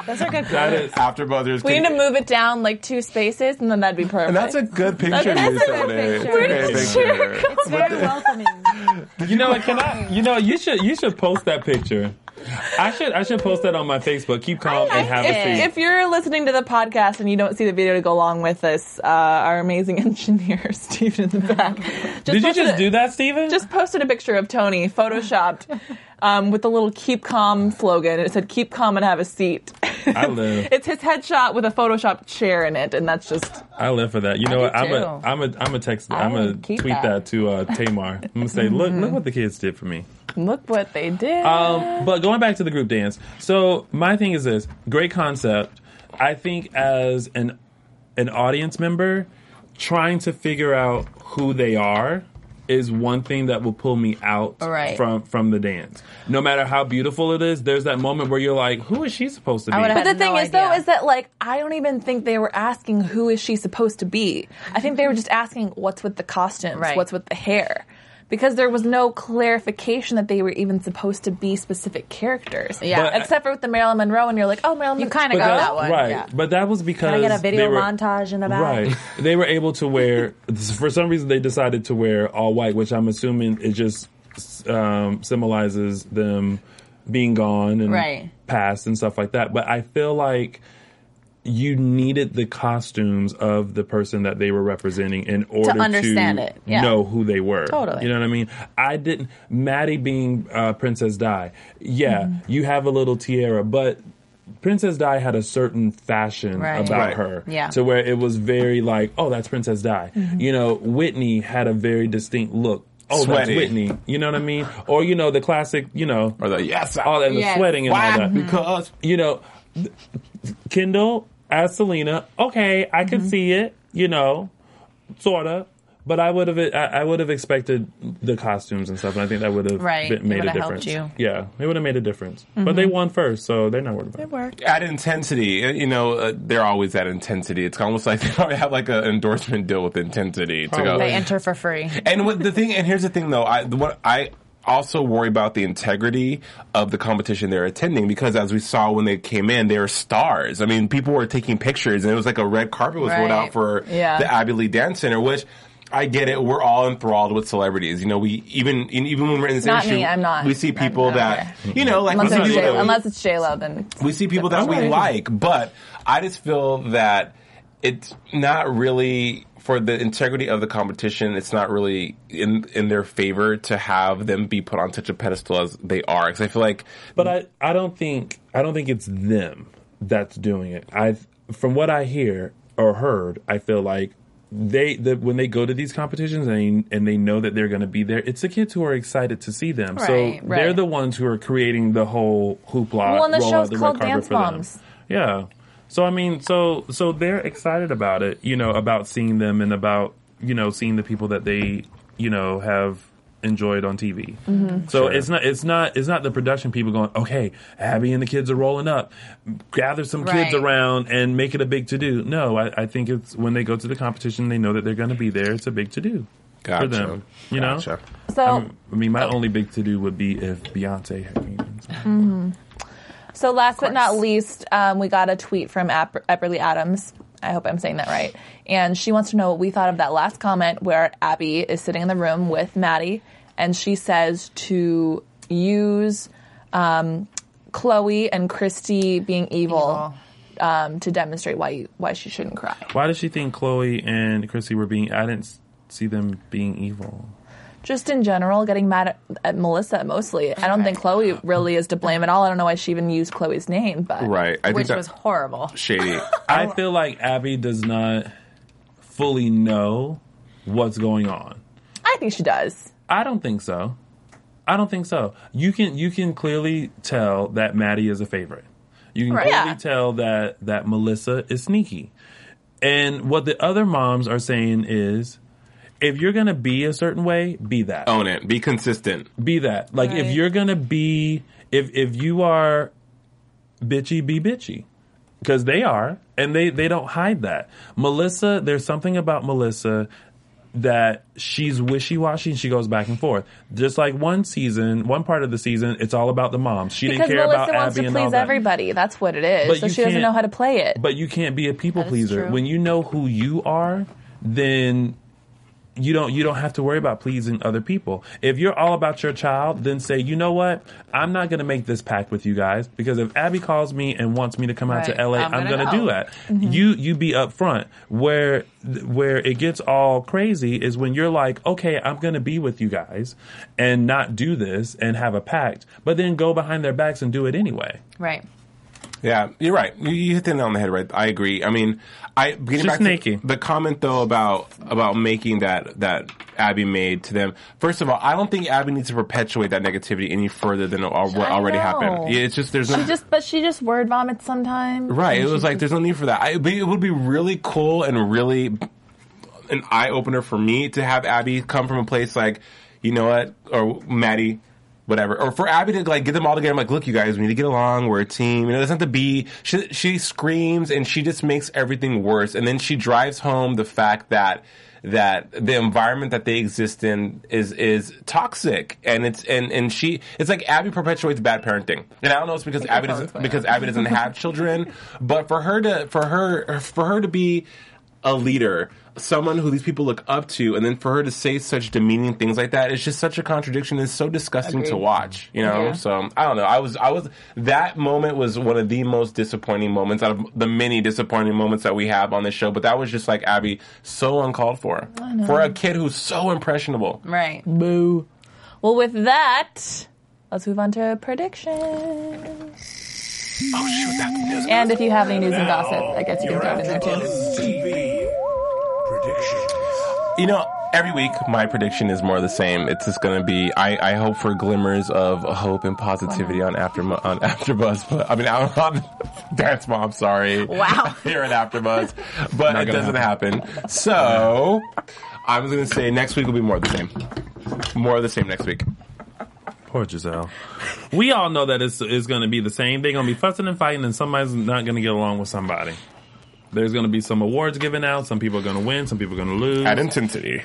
E: Those are good.
C: That is.
D: After buzzers,
B: We
D: can-
B: need to move it down like two spaces, and then that'd be perfect.
D: And that's a good picture.
B: That's
D: you
B: a
D: showed
E: good
D: it.
E: picture.
D: It's a
C: It's
D: good picture.
E: It's very welcoming.
C: You know what? Can I? You know you should. You should post that picture. I should. I should post that on my Facebook. Keep calm and have a seat.
B: if, if you're listening to the podcast and you don't see the video to go along with this, uh, our amazing engineer Steven in the back. Just
C: Did you
B: posted
C: just
B: a-
C: do that, Steven?
B: Just posted a picture of Tony, photoshopped, um, with the little "Keep Calm" slogan. It said "Keep Calm and Have a Seat."
C: I live.
B: it's his headshot with a Photoshop chair in it, and that's just
C: I live for that. You know what?
E: I
C: I'm
E: do
C: a.
E: too.
C: I'm a. I'm a text.
E: I
C: I'm a
E: would keep
C: tweet that,
E: that.
C: to
E: Mm-hmm.
C: uh, Tamar. I'm gonna say, look, look what the kids did for me.
B: look what they did.
C: Um, but going back to the group dance. So my thing is this: great concept. I think as an an audience member, trying to figure out who they are is one thing that will pull me out
E: Right.
C: from from the dance. No matter how beautiful it is, there's that moment where you're like, who is she supposed to be?
E: would've
B: But the
E: had
B: thing
E: no
B: is, though,
E: idea.
B: is that like I don't even think they were asking who is she supposed to be. I think they were just asking what's with the costumes,
E: Right.
B: what's with the hair, because there was no clarification that they were even supposed to be specific characters.
E: Yeah. But-
B: except for with the Marilyn Monroe, and you're like, oh, Marilyn.
E: You kind
C: But
E: of got
C: that-
B: "Oh,
E: that one.
C: right.
E: Yeah.
C: But that was because
E: I get a video
C: they were-
E: montage in the back.
C: Right. they were able to wear, for some reason, they decided to wear all white, which I'm assuming it just um, symbolizes them being gone and
E: Right.
C: past and stuff like that. But I feel like you needed the costumes of the person that they were representing in order to
E: understand it, yeah.
C: know who they were.
E: Totally.
C: You know what I mean? I didn't. Maddie being uh, Princess Di, yeah,
E: Mm-hmm.
C: you have a little tiara, but. Princess Di had a certain fashion
E: Right.
C: about
D: Right.
C: her
E: Yeah. Mm-hmm.
C: to where it was very like, oh, that's Princess Di. You know, Whitney had a very distinct look. Oh,
D: Sweaty.
C: that's Whitney. You know what I mean? Or you know, the classic, you know,
D: Or the yes,
C: all that and
E: Yes.
C: the sweating and all
D: Why?
C: that.
D: Because
C: You know, th- Kendall as Selena. Okay, I
E: Mm-hmm.
C: could see it. You know, sorta. But I would have I would have expected the costumes and stuff, and I think that would have
E: Right. It
C: made a
E: would've helped
C: difference.
E: you. Mm-hmm.
C: Yeah, it would have made a difference. But they won first, so they're not worried about it.
D: at intensity, uh, you know, uh, they're always at intensity. It's almost like they probably have like an endorsement deal with intensity to go.
C: Probably.
E: They enter for free.
D: And what the thing, and here's the thing though, I the- what I also worry about the integrity of the competition they're attending because as we saw when they came in, they were stars. I mean, people were taking pictures, and it was like a red carpet was rolled
E: Right.
D: out for
E: Yeah.
D: the Abbey Lee Dance Center, which. I get it. We're all enthralled with celebrities. You know, we even in- even when we're in this
E: Not
D: industry,
E: me, I'm not.
D: we see people
E: I'm not
D: that you know, like
B: unless
D: we see
B: it's
D: people
B: J
D: that we-
B: unless it's J Lo, then
D: we see people that we like, but I just feel that it's not really for the integrity of the competition. It's not really in in their favor to have them be put on such a pedestal as they are. Because I feel like
C: But I, I don't think I don't think it's them that's doing it. I from what I hear or heard, I feel like they the, when they go to these competitions and and they know that they're going to be there, it's the kids who are excited to see them. so
B: Right, right.
C: they're the ones who are creating the whole hoopla.
B: Well, and the
C: roll out
B: show's
C: red
B: called
C: carpet
B: Dance
C: for them.
B: Moms.
C: Yeah. So I mean, so so they're excited about it, you know, about seeing them and about you know seeing the people that they you know have enjoyed on TV. So it's not it's not it's not the production people going, okay, Abby and the kids are rolling up, gather some kids
E: Right.
C: around and make it a big to do. No, I, I think it's when they go to the competition, they know that they're going to be there. It's a big to do for them, you know.
D: Gotcha.
B: So
C: Um, I mean, my only big to do would be if Beyonce had came.
B: So last but not least, um, we got a tweet from Ap- Epperly Adams. I hope I'm saying that right. And she wants to know what we thought of that last comment where Abby is sitting in the room with Maddie and she says to use um, Chloe and Christy being evil, Um, to demonstrate why you, why she shouldn't cry.
C: Why does she think Chloe and Chrissy were being? I didn't s- see them being evil.
B: Just in general, getting mad at, at Melissa mostly. I don't think Chloe really is to blame at all. I don't know why she even used Chloe's name, but
D: Right. I
E: which
D: think
E: was
D: that's
E: horrible.
D: shady.
C: I feel like Abby does not fully know what's going on.
B: I think she does.
C: I don't think so. I don't think so. You can you can clearly tell that Maddie is a favorite. You can
B: Right.
C: clearly
B: Yeah.
C: tell that that Melissa is sneaky. And what the other moms are saying is, if you're gonna be a certain way, be that.
D: Own it. Be consistent.
C: be that. Like if
E: Right.
C: you're gonna be if if you are bitchy, be bitchy. Because they are, and they they don't hide that. Melissa, there's something about Melissa that she's wishy washy and she goes back and forth. Just like one season, one part of the season, it's all about the moms. She
B: Because
C: didn't care
B: Melissa
C: about
B: wants
C: Abby
B: to
C: and all
B: please
C: that.
B: everybody. That's what it is.
C: But
B: so
C: you
B: she doesn't
C: can't-
B: know how to play it.
C: But you can't be a people
F: is
C: pleaser.
F: true.
C: When you know who you are, then you don't you don't have to worry about pleasing other people. If you're all about your child, then say, "You know what? I'm not going to make this pact with you guys because if Abby calls me and wants me to come out
E: Right.
C: to LA, I'm,
E: I'm gonna
C: going to
E: go."
C: do that." You you be upfront. Where where it gets all crazy is when you're like, "Okay, I'm going to be with you guys and not do this and have a pact," but then go behind their backs and do it anyway.
E: Right.
D: Yeah, you're right. You, you hit the nail on the head. Right. I agree. I mean, I getting
C: Just
D: back to
C: sneaky.
D: the comment though about about making that that Abby made to them. First of all, I don't think Abby needs to perpetuate that negativity any further than al- what
B: I
D: already
B: know.
D: happened. Yeah, it's just there's no
B: She just, but she just word vomits sometimes.
D: right. It
B: And
D: was
B: she's
D: like there's no need for that. I, but it would be really cool and really an eye opener for me to have Abby come from a place like you know what or Maddie. Whatever, or for Abby to like get them all together. I'm like, look, you guys, we need to get along. We're a team. You know, that's not to be. She she screams and she just makes everything worse. And then she drives home the fact that that the environment that they exist in is is toxic. And it's and and she it's like Abby perpetuates bad parenting. And I don't know if it's because Abby doesn't because Abby doesn't have children, but for her to for her for her to be a leader, someone who these people look up to, and then for her to say such demeaning things like that, it's just such a contradiction. It's so disgusting to watch, you know.
E: Yeah.
D: So I don't know. I was, I was. That moment was one of the most disappointing moments out of the many disappointing moments that we have on this show. But that was just like Abby, so uncalled for for a kid who's so impressionable.
E: Right.
C: Boo.
B: Well, with that, let's move on to predictions.
D: Oh shoot, that's news.
B: And if you have any news and gossip, I guess you can throw it in there too.
G: TV predictions.
D: You know, every week my prediction is more the same. It's just going to be. I, I hope for glimmers of hope and positivity on after on AfterBuzz. But I mean, on, on Dance Mom. Sorry.
E: Wow.
D: Here at AfterBuzz, but it doesn't happen. So I'm going to say next week will be more of the same. More of the same next week.
C: Poor Giselle. We all know that it's, it's going to be the same. They're going to be fussing and fighting, and somebody's not going to get along with somebody. There's going to be some awards given out. Some people are going to win. Some people are going to lose.
D: At intensity.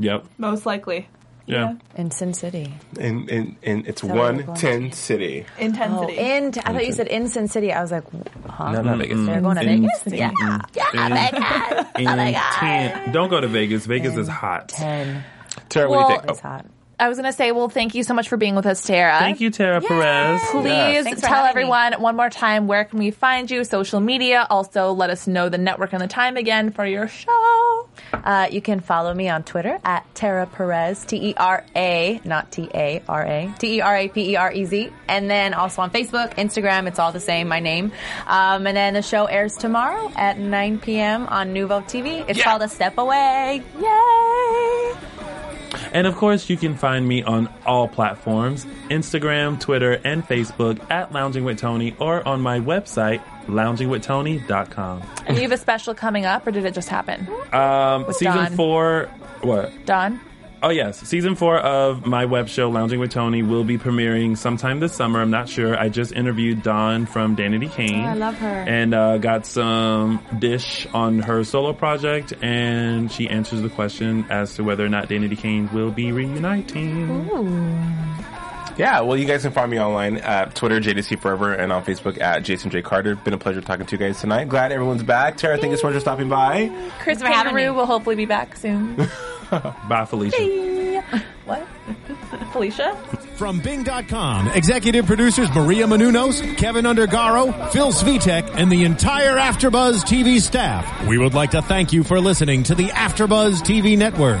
C: Yep.
B: Most likely.
C: Yeah.
E: In Sin City.
D: And and and it's
E: what
D: one
E: it was?
D: ten city.
E: Oh,
B: Intensity.
E: in. I thought you said in Sin City. I was like, huh?
D: No, not Vegas.
E: They're going to
C: In-
E: Vegas?
C: in-
E: Yeah.
C: in-
E: Mm-hmm.
B: Oh
C: in ten- Don't go to Vegas. Vegas is hot.
E: 10.
D: Tara, what do you
B: Well,
D: think? Oh.
E: It's hot.
B: I was going to say, well, thank you so much for being with us, Tara.
C: Thank you, Tara Perez.
B: Please
E: Thanks for
B: tell
E: having me.
B: everyone one more time where can we find you, social media. Also, let us know the network and the time again for your show.
E: Uh, you can follow me on Twitter at Tara Perez, T E R A, not T A R A, T E R A P E R E Z. And then also on Facebook, Instagram, it's all the same, my name. Um, and then the show airs tomorrow at 9 p.m. on Nouveau TV. It's called A Step Away. Yay!
C: And of course, you can find me on all platforms Instagram, Twitter, and Facebook at Lounging with Tony or on my website, loungingwithtony.com.
B: And you have a special coming up, or did it just happen?
C: Um, season
B: Dawn.
C: four, what?
B: Don?
C: Oh, yes. Season four of my web show, Lounging with Tony, will be premiering sometime this summer. I'm not sure. I just interviewed Dawn from Danity Kane.
F: Oh, I love her.
C: And uh, got some dish on her solo project, and she answers the question as to whether or not Danity Kane will be reuniting.
D: Yeah, well, you guys can find me online at Twitter, JDC Forever, and on Facebook at Jason J. Carter. Been a pleasure talking to you guys tonight. Glad everyone's back. Tara, thank you so much for stopping by.
B: Chris
E: for having
B: Kangaroo
E: me.
B: will hopefully be back soon.
C: Bye, Felicia.
B: what? Felicia?
A: From Bing.com, executive producers Maria Manunos, Kevin Undergaro, Phil Svitek, and the entire Afterbuzz TV staff. We would like to thank you for listening to the Afterbuzz TV network.